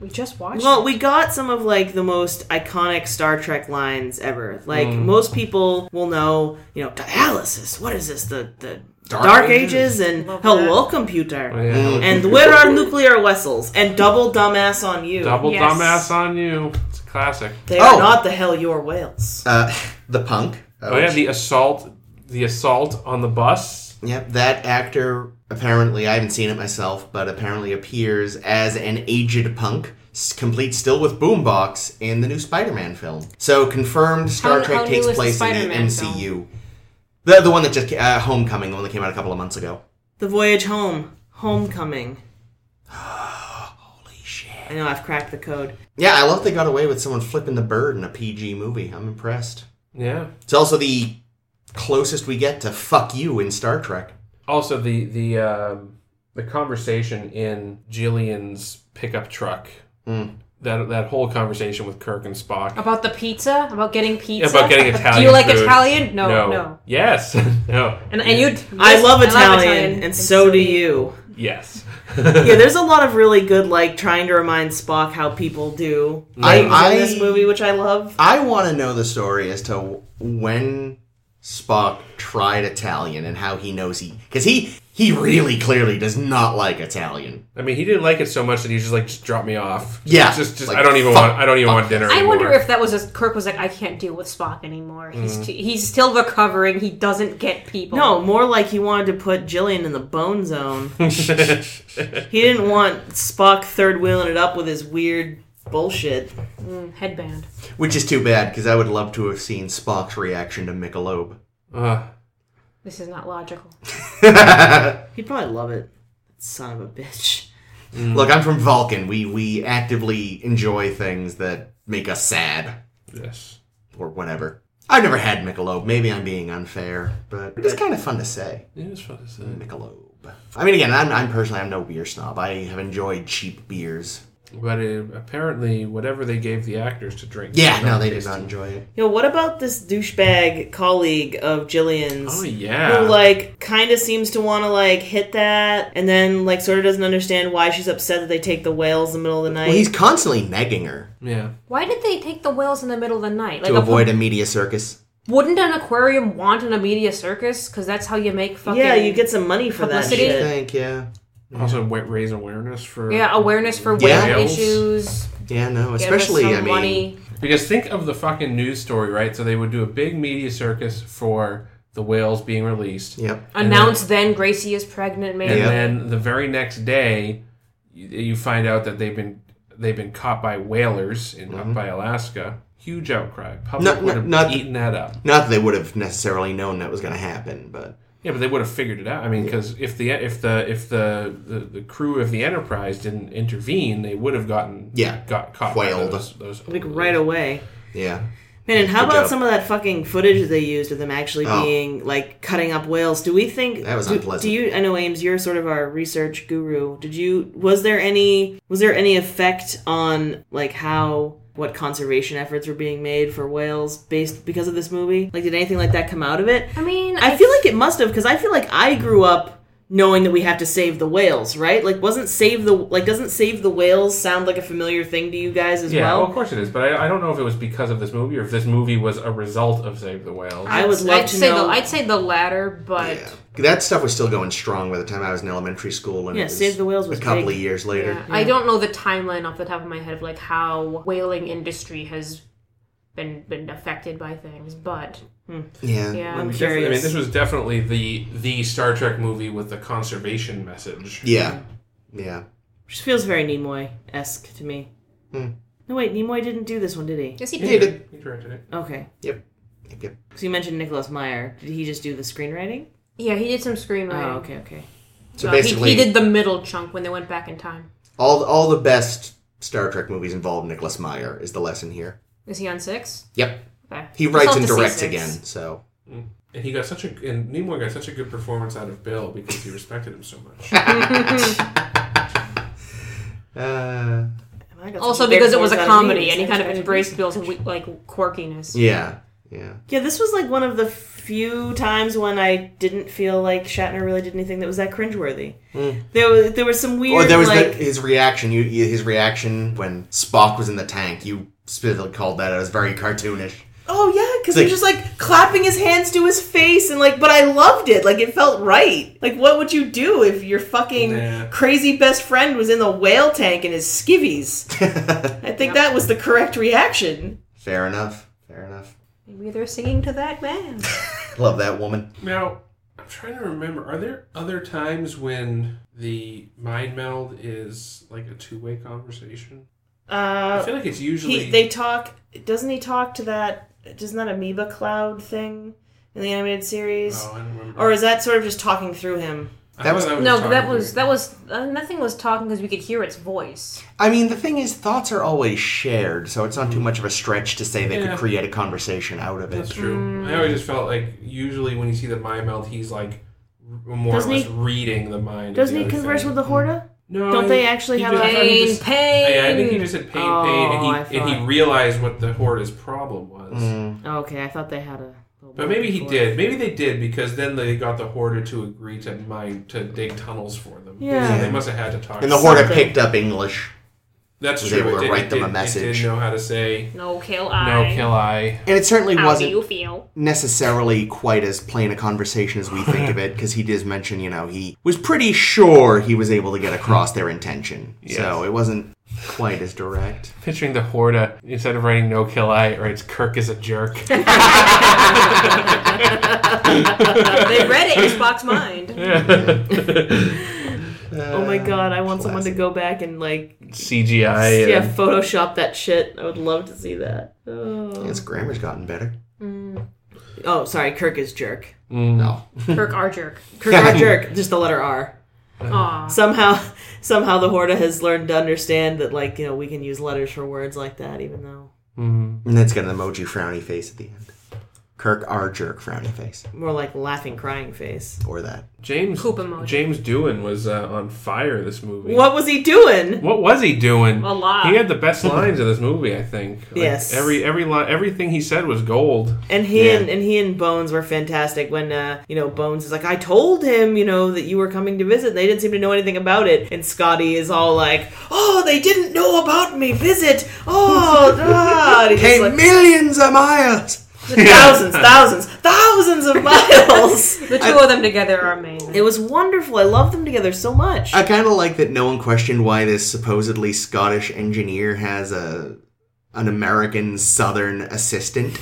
S2: We just watched.
S4: Well, we got some of like the most iconic Star Trek lines ever. Like
S3: Mm.
S4: most people will know, you know, dialysis. What is this? The the Dark,
S3: Dark
S4: Ages,
S3: Ages.
S4: and
S2: Love
S4: hello
S2: that.
S4: computer.
S3: Oh, yeah.
S2: Mm.
S4: And where are nuclear vessels? And double dumbass on you.
S3: Double
S2: Yes.
S3: dumbass on you. It's a classic.
S4: They are
S1: Oh.
S4: not the hell your whales.
S1: Uh, the punk.
S3: Oh yeah, the assault, the assault on the bus.
S1: Yep, that actor apparently, I haven't seen it myself, but apparently appears as an aged punk, s- complete still with boombox in the new Spider Man film. So, confirmed Star
S2: How-
S1: Trek
S2: how new
S1: takes
S2: is the
S1: place in the
S2: Spider-Man film?
S1: MCU. The, the one that just ca- uh, Homecoming, the one that came out a couple of months ago.
S4: The voyage home, homecoming.
S1: Holy shit.
S4: I know I've cracked the code.
S1: Yeah, I love they got away with someone flipping the bird in a PG movie. I'm impressed.
S3: Yeah.
S1: It's also the closest we get to fuck you in Star Trek.
S3: Also the the um, the conversation in Jillian's pickup truck.
S2: Mm.
S3: That that whole conversation with Kirk and Spock
S2: About the pizza? About getting pizza?
S3: about getting Italian.
S2: Oh, Do you like
S3: food.
S2: Italian? No, no.
S3: Yes. no.
S2: And, and you'd.
S4: I love Italian, and so do you.
S3: Yes.
S4: Yeah, there's a lot of really good, like, trying to remind Spock how people do
S1: I-
S4: things
S1: Mm. I-
S4: in this movie, which I love.
S1: I want to know the story as to when Spock tried Italian and how he knows he because he he really clearly does not like Italian.
S3: I mean, he didn't like it so much that he's just like, just drop me off. Just-
S1: Yeah.
S3: Just, just
S1: Like,
S3: I don't even
S1: fuck-
S3: want. I don't even
S1: fuck
S3: want dinner.
S2: I wonder
S3: anymore.
S2: if that was a Kirk was like, I can't deal with Spock anymore. He's
S3: Mm.
S2: too, he's still recovering. He doesn't get people.
S4: No, more like he wanted to put Jillian in the bone zone. He didn't want Spock third wheeling it up with his weird bullshit.
S2: Mm, headband.
S1: Which is too bad because I would love to have seen Spock's reaction to Michelob.
S3: Uh,
S2: This is not logical.
S4: He'd probably love it. Son of a bitch.
S1: Look, I'm from Vulcan. We we actively enjoy things that make us sad
S3: yes.
S1: or whatever. I've never had Michelob. Maybe I'm being unfair, but it's kind of fun to say.
S3: It is fun to say.
S1: Michelob. I mean, again, I'm, I'm personally I'm no beer snob. I have enjoyed cheap beers.
S3: But uh apparently, whatever they gave the actors to drink.
S1: Yeah, no, they did
S3: tasted-
S1: not enjoy it.
S4: Yo, what about this douchebag colleague of Jillian's?
S3: Oh yeah.
S4: Who like kind of seems to want to like hit that, and then like sort of doesn't understand why she's upset that they take the whales in the middle of the night.
S1: Well, he's constantly negging her
S3: yeah.
S2: Why did they take the whales in the middle of the night? Like
S1: to
S2: a-
S1: avoid a media circus.
S2: wouldn't an aquarium want an media circus? Because that's how you make fucking
S4: yeah, you get some money for that
S2: Publicity.
S4: shit.
S1: Thank yeah,
S3: Also, wa- raise awareness for
S2: yeah awareness for
S1: Yeah.
S2: whale
S3: Whales.
S2: issues.
S1: yeah, no,
S2: give us
S1: especially
S2: some
S1: I mean,
S2: money.
S3: Because think of the fucking news story, right? So they would do a big media circus for the whales being released.
S1: yep,
S2: announce then Gracie is pregnant, man.
S3: And
S1: Yeah.
S3: then the very next day, you, you find out that they've been they've been caught by whalers in up by Alaska. Huge outcry. Public
S1: Not-
S3: would have
S1: Mm-hmm. not-
S3: eaten that up.
S1: not that they would have necessarily known that was going to happen, but
S3: Yeah, but they would have figured it out. I mean, because if the if the if the, the the crew of the Enterprise didn't intervene, they would have gotten
S1: Yeah.
S3: got caught by
S1: Whaled.
S3: those, those
S4: Like right away.
S1: yeah,
S4: Man, and how
S1: Good
S4: about
S1: job.
S4: some of that fucking footage that they used of them actually
S1: Oh.
S4: being like cutting up whales? Do we think
S1: That was
S4: do,
S1: unpleasant.
S4: Do you? I know Ames, you're sort of our research guru. Did you? Was there any? Was there any effect on like how what conservation efforts were being made for whales based because of this movie? Like, did anything like that come out of it?
S2: I mean,
S4: I feel like it must have because I feel like I grew up knowing that we have to save the whales, right? Like, wasn't save the like doesn't save the whales sound like a familiar thing to you guys as
S3: Yeah,
S4: well?
S3: well, of course it is, but I, I don't know if it was because of this movie or if this movie was a result of Save the Whales.
S4: I would love
S2: I'd
S4: to
S2: say
S4: know.
S2: the I'd say the latter, but
S1: yeah, that stuff was still going strong by the time I was in elementary school, and
S4: Yeah,
S1: it was
S4: Save the Whales was
S1: a couple
S4: big.
S1: of years later.
S2: yeah. I don't know the timeline off the top of my head of like how whaling industry has been been affected by things, but
S1: Yeah,
S2: yeah,
S4: I'm
S3: I mean, defi- I mean,
S4: curious.
S3: this was definitely the the Star Trek movie with the conservation message.
S1: yeah, yeah.
S4: Which feels very Nimoy esque to me.
S1: Hmm.
S4: No, wait, Nimoy didn't do this one, did he?
S2: yes, he
S1: He
S2: did.
S1: did.
S3: He directed it.
S4: Okay.
S1: Yep. Yep, yep.
S4: So you mentioned Nicholas Meyer. Did he just do the screenwriting?
S2: Yeah, he did some screenwriting.
S4: Oh, okay, okay.
S1: So
S2: No, he-
S1: basically,
S2: he, did the middle chunk when they went back in time.
S1: all all the best Star Trek movies involve Nicholas Meyer is the lesson here.
S2: Is he on six?
S1: Yep,
S2: Okay.
S1: he
S2: I'll
S1: writes
S2: have
S1: and
S2: to see
S1: directs
S2: six.
S1: again. So
S3: And he got such a and Nimoy got such a good performance out of Bill because he respected him so much.
S1: uh,
S2: Also, because it was a comedy, and he kind of embraced Bill's we- like quirkiness.
S1: yeah, yeah.
S4: Yeah, this was like one of the few times when I didn't feel like Shatner really did anything that was that cringeworthy. There was there was some weird
S1: Hmm. Or there was
S4: like
S1: the, his reaction. You, you- his reaction when Spock was in the tank. You specifically called that as very cartoonish.
S4: oh yeah because
S1: It's
S4: he was just like clapping his hands to his face and like but I loved it like it felt right like what would you do if your fucking
S3: Nah.
S4: crazy best friend was in the whale tank in his skivvies I think that was the correct reaction.
S1: Fair enough. Fair enough.
S2: Maybe they're singing to that man.
S1: Love that woman.
S3: now, I'm trying to remember. Are there other times when the mind meld is like a two way conversation? I
S4: Uh,
S3: feel like it's
S4: he,
S3: usually
S4: they talk. Doesn't he talk to that? Doesn't that amoeba cloud thing in the animated series?
S3: Oh, I don't remember.
S4: Or is that sort of just talking through him?
S3: I
S1: That
S3: thought
S1: was-
S2: No,
S3: talking
S2: that was
S3: to-
S2: that was uh, nothing was talking because we could hear its voice.
S1: I mean, the thing is, thoughts are always shared, so it's not too much of a stretch to say they
S3: Mm. Yeah.
S1: could create a conversation out of
S3: That's
S1: it.
S4: mm.
S3: true. I always just felt like usually when you see the mind meld, he's like more
S4: Doesn't
S3: or less
S4: he-
S3: reading the mind. of
S4: Doesn't
S3: the
S4: he
S3: other
S4: converse
S3: thing.
S4: with the Horda?
S3: No,
S4: Don't
S3: I-
S4: they actually
S3: he
S4: have
S3: just-
S4: a-
S3: I thought he
S2: Pain,
S3: just-
S2: pain.
S3: Yeah, I think he just said pain,
S4: Oh,
S3: pain,
S4: I
S3: and he, and
S4: thought.
S3: he realized what the Horda's problem was.
S1: Mm.
S4: Okay, I thought they had a. little
S3: But maybe he
S4: before.
S3: did. Maybe they did because then they got the Horda to agree to mine to dig tunnels for them.
S4: Yeah.
S3: so they must have had to talk.
S1: And the Horda
S4: Something.
S1: picked up English.
S3: That's
S1: was
S3: true.
S1: able
S3: It
S1: to
S3: did-
S1: write
S3: it
S1: them a
S3: did- it
S1: message.
S3: Did know how to say
S2: No kill
S3: no
S2: I.
S3: kill I.
S1: And it certainly
S2: How do
S1: wasn't
S2: you feel?
S1: necessarily quite as plain a conversation as we think of it, because he does mention, you know, he was pretty sure he was able to get across their intention. So
S3: Yes.
S1: it wasn't quite as direct.
S3: Picturing the Horda instead of writing no kill I, it writes Kirk is a jerk.
S2: they read it. It's Spock's mind.
S4: Oh my god, I want someone to go back and like
S3: CGI.
S4: yeah,
S1: uh,
S3: and-
S4: Photoshop that shit. I would love to see that. Oh,
S1: His grammar's gotten better.
S4: oh sorry, Kirk is jerk.
S1: No.
S2: Kirk our jerk.
S4: Kirk R jerk, just the letter R.
S2: Aw.
S4: Somehow somehow the Horda has learned to understand that like, you know, we can use letters for words like that even though
S1: And that's got an emoji frowny face at the end. Kirk R jerk frowny face.
S4: more like laughing crying face.
S1: Or that.
S3: James
S2: Poop emoji.
S3: James Doohan was uh, on fire this movie.
S4: What was he doing?
S3: What was he doing?
S2: A lot.
S3: He had the best lines in this movie, I think. Like,
S4: Yes.
S3: Every every line, everything he said was gold.
S4: And he
S1: Yeah.
S4: and, and he and Bones were fantastic when uh, you know Bones is like I told him you know that you were coming to visit. They didn't seem to know anything about it. And Scotty is all like, "Oh, they didn't know about me visit. Oh, God." He's
S1: Hey,
S4: like,
S1: millions of miles!
S4: thousands, thousands, thousands of miles.
S2: The two of them together are amazing.
S4: it was wonderful. I love them together so much.
S1: I kind of like that no one questioned why this supposedly Scottish engineer has a an American Southern assistant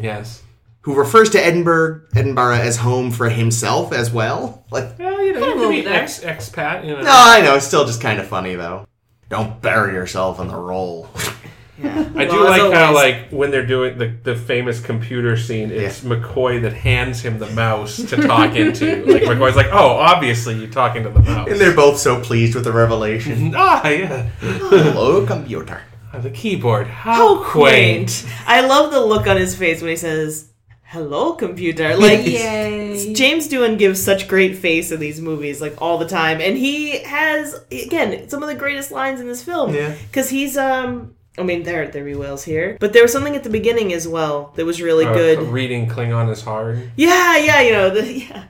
S3: Yes.
S1: who refers to Edinburgh Edinburgh as home for himself as well. Like, no,
S3: Well, you know,
S2: Kinda
S3: you could be
S2: moved there.
S3: ex expat. You know.
S1: I know it's still just kind of funny though. Don't bury yourself in the roll.
S3: I do
S4: Well, as
S3: like how
S4: always.
S3: like when they're doing the, the famous computer scene, it's McCoy that hands him the mouse to talk into. Like McCoy's like, oh, obviously you're talking to the mouse.
S1: and they're both so pleased with the revelation.
S3: ah, yeah,
S1: Hello, computer.
S3: Ah, the keyboard. How,
S4: How
S3: quaint.
S4: quaint. I love the look on his face when he says, "Hello, computer." Like.
S2: Yay.
S4: James Doohan gives such great face in these movies, like all the time, and he has again some of the greatest lines in this film.
S1: Yeah.
S4: because he's um, I mean there there be whales here, but there was something at the beginning as well that was really
S1: Oh,
S3: Uh,
S4: good.
S3: reading Klingon is hard.
S4: Yeah, yeah, you know, the, yeah.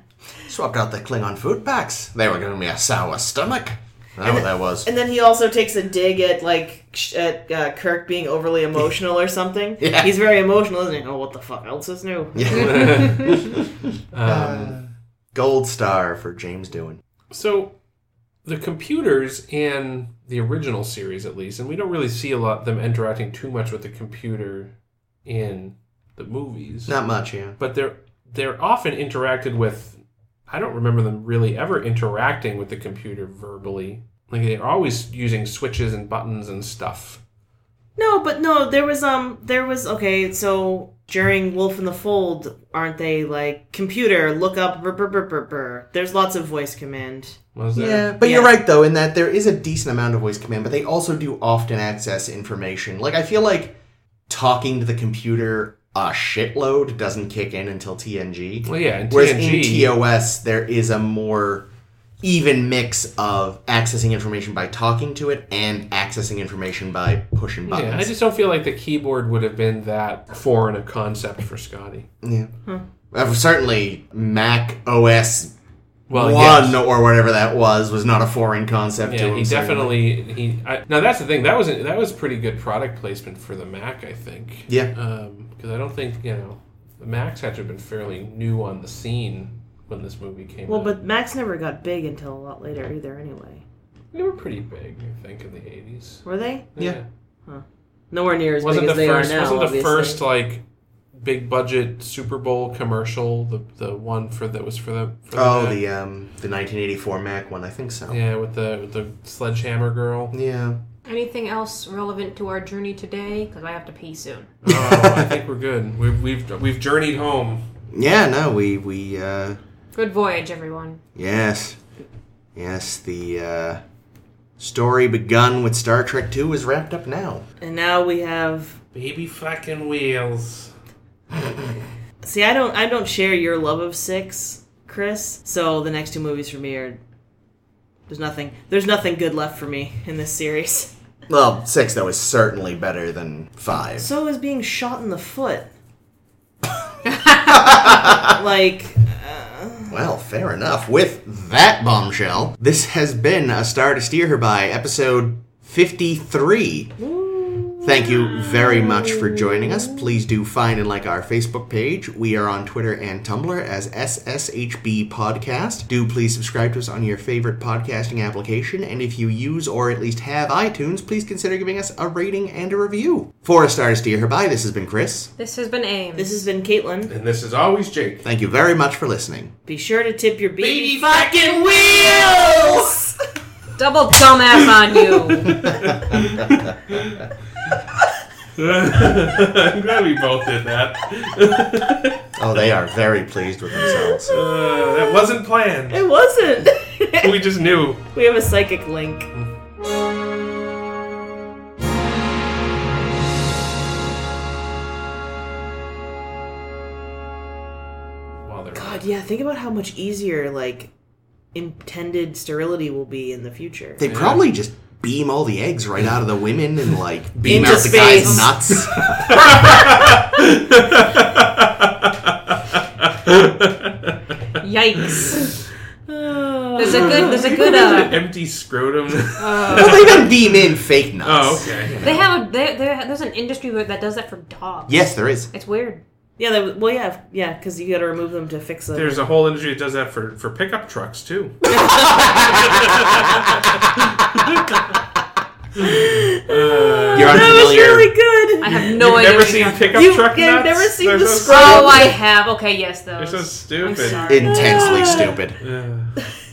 S1: Swapped out the Klingon food packs. They were giving me a sour stomach. That what that was.
S4: And then he also takes a dig at like sh- at uh, Kirk being overly emotional or something.
S1: Yeah.
S4: He's very emotional, isn't he? Oh, what the fuck else is new?
S1: Gold star for James Doohan.
S3: So the computers in the original series, at least, and we don't really see a lot of them interacting too much with the computer in the movies.
S1: Not much, yeah.
S3: But they're they're often interacted with. I don't remember them really ever interacting with the computer verbally. Like they're always using switches and buttons and stuff.
S4: No, but no, there was um there was okay, so during Wolf in the Fold, aren't they like computer, look up brr, brr, brr, brr, brr. there's lots of voice command.
S3: Was there?
S1: Yeah, but you're
S4: Yeah.
S1: right though in that there is a decent amount of voice command, but they also do often access information. Like I feel like talking to the computer a shitload doesn't kick in until TNG.
S3: Well, yeah, in
S1: Whereas
S3: TNG,
S1: in TOS there is a more even mix of accessing information by talking to it and accessing information by pushing buttons.
S3: yeah, I just don't feel like the keyboard would have been that foreign a concept for Scotty.
S1: Yeah. Uh, certainly Mac OS
S3: Well,
S1: one
S3: yes.
S1: or whatever that was was not a foreign concept to
S3: Yeah,
S1: him.
S3: he
S1: certainly.
S3: definitely he. I, now that's the thing. That was that was pretty good product placement for the Mac, I think.
S1: Yeah.
S3: Because I don't think you know the Macs had to have been fairly new on the scene when this movie came.
S4: Well,
S3: out.
S4: but Max never got big until a lot later either anyway.
S3: they were pretty big, I think, in the eighties.
S4: Were they?
S1: Yeah.
S4: Nowhere near as
S3: Wasn't
S4: big
S3: the
S4: as they
S3: first?
S4: are now.
S3: wasn't the
S4: obviously.
S3: first like big budget Super Bowl commercial the the one for that was for the for the
S1: Oh,
S3: Mac?
S1: the um, the 1984 Mac one. I think so.
S3: yeah with the with the sledgehammer girl.
S1: Yeah.
S2: Anything else relevant to our journey today? Because I have to pee soon.
S3: oh, I think we're good. We've we've we've journeyed home.
S1: Yeah. No, we we uh,
S2: Good voyage, everyone.
S1: yes, yes. The uh, story begun with Star Trek Two is wrapped up now.
S4: And now we have
S3: Baby fucking wheels.
S4: See, I don't I don't share your love of 6 Chris. So the next two movies for me are there's nothing there's nothing good left for me in this series.
S1: Well, six though is certainly better than five.
S4: So is being shot in the foot. like
S1: Well, fair enough. With that bombshell, this has been A Star to Steer Her By, episode 53. Thank you very much for joining us. Please do find and like our Facebook page. We are on Twitter and Tumblr as SSHB Podcast. Do please subscribe to us on your favorite podcasting application. And if you use or at least have iTunes, please consider giving us a rating and a review. For A Star to Steer Her By, this has been Chris.
S2: This has been AIM.
S4: this has been Caitlin.
S3: And this is always Jake.
S1: Thank you very much for listening.
S4: Be sure to tip your baby,
S3: Baby fucking wheels!
S2: double dumbass on you.
S3: I'm glad we both did that.
S1: Oh, they are very pleased with themselves.
S3: Uh, that wasn't planned.
S4: It wasn't.
S3: We just knew.
S4: we have a psychic link.
S3: While they're
S4: God, yeah, think about how much easier like intended sterility will be in the future.
S1: They probably just beam all the eggs right out of the women and like beam
S4: Into
S1: out the guy's
S4: space.
S1: nuts.
S2: Yikes. There's a good. There's a good.
S3: an
S2: Uh,
S3: empty scrotum.
S1: well, they don't beam in fake nuts.
S3: oh, okay.
S2: they have. A, they, they, there's an industry where- that does that for dogs.
S1: Yes, there is.
S2: It's weird.
S4: Yeah, they, well, yeah, if- yeah, because you got to remove them to fix them.
S3: There's a whole industry that does that for, for pickup trucks, too.
S1: You're
S4: that was
S1: unfamiliar.
S4: really good.
S2: I have no
S3: You've
S2: idea.
S3: never
S2: what you're
S3: seen
S2: talking-
S3: pickup
S4: You-
S3: truck
S4: yeah, I've
S3: nuts?
S4: never seen
S3: They're
S4: the
S3: so
S4: scrotum.
S2: Oh, I Oh, have. Okay, yes,
S3: They're
S2: those.
S3: so
S2: I'm
S3: stupid.
S2: sorry.
S1: Intensely
S4: Ah.
S1: stupid.
S3: Yeah.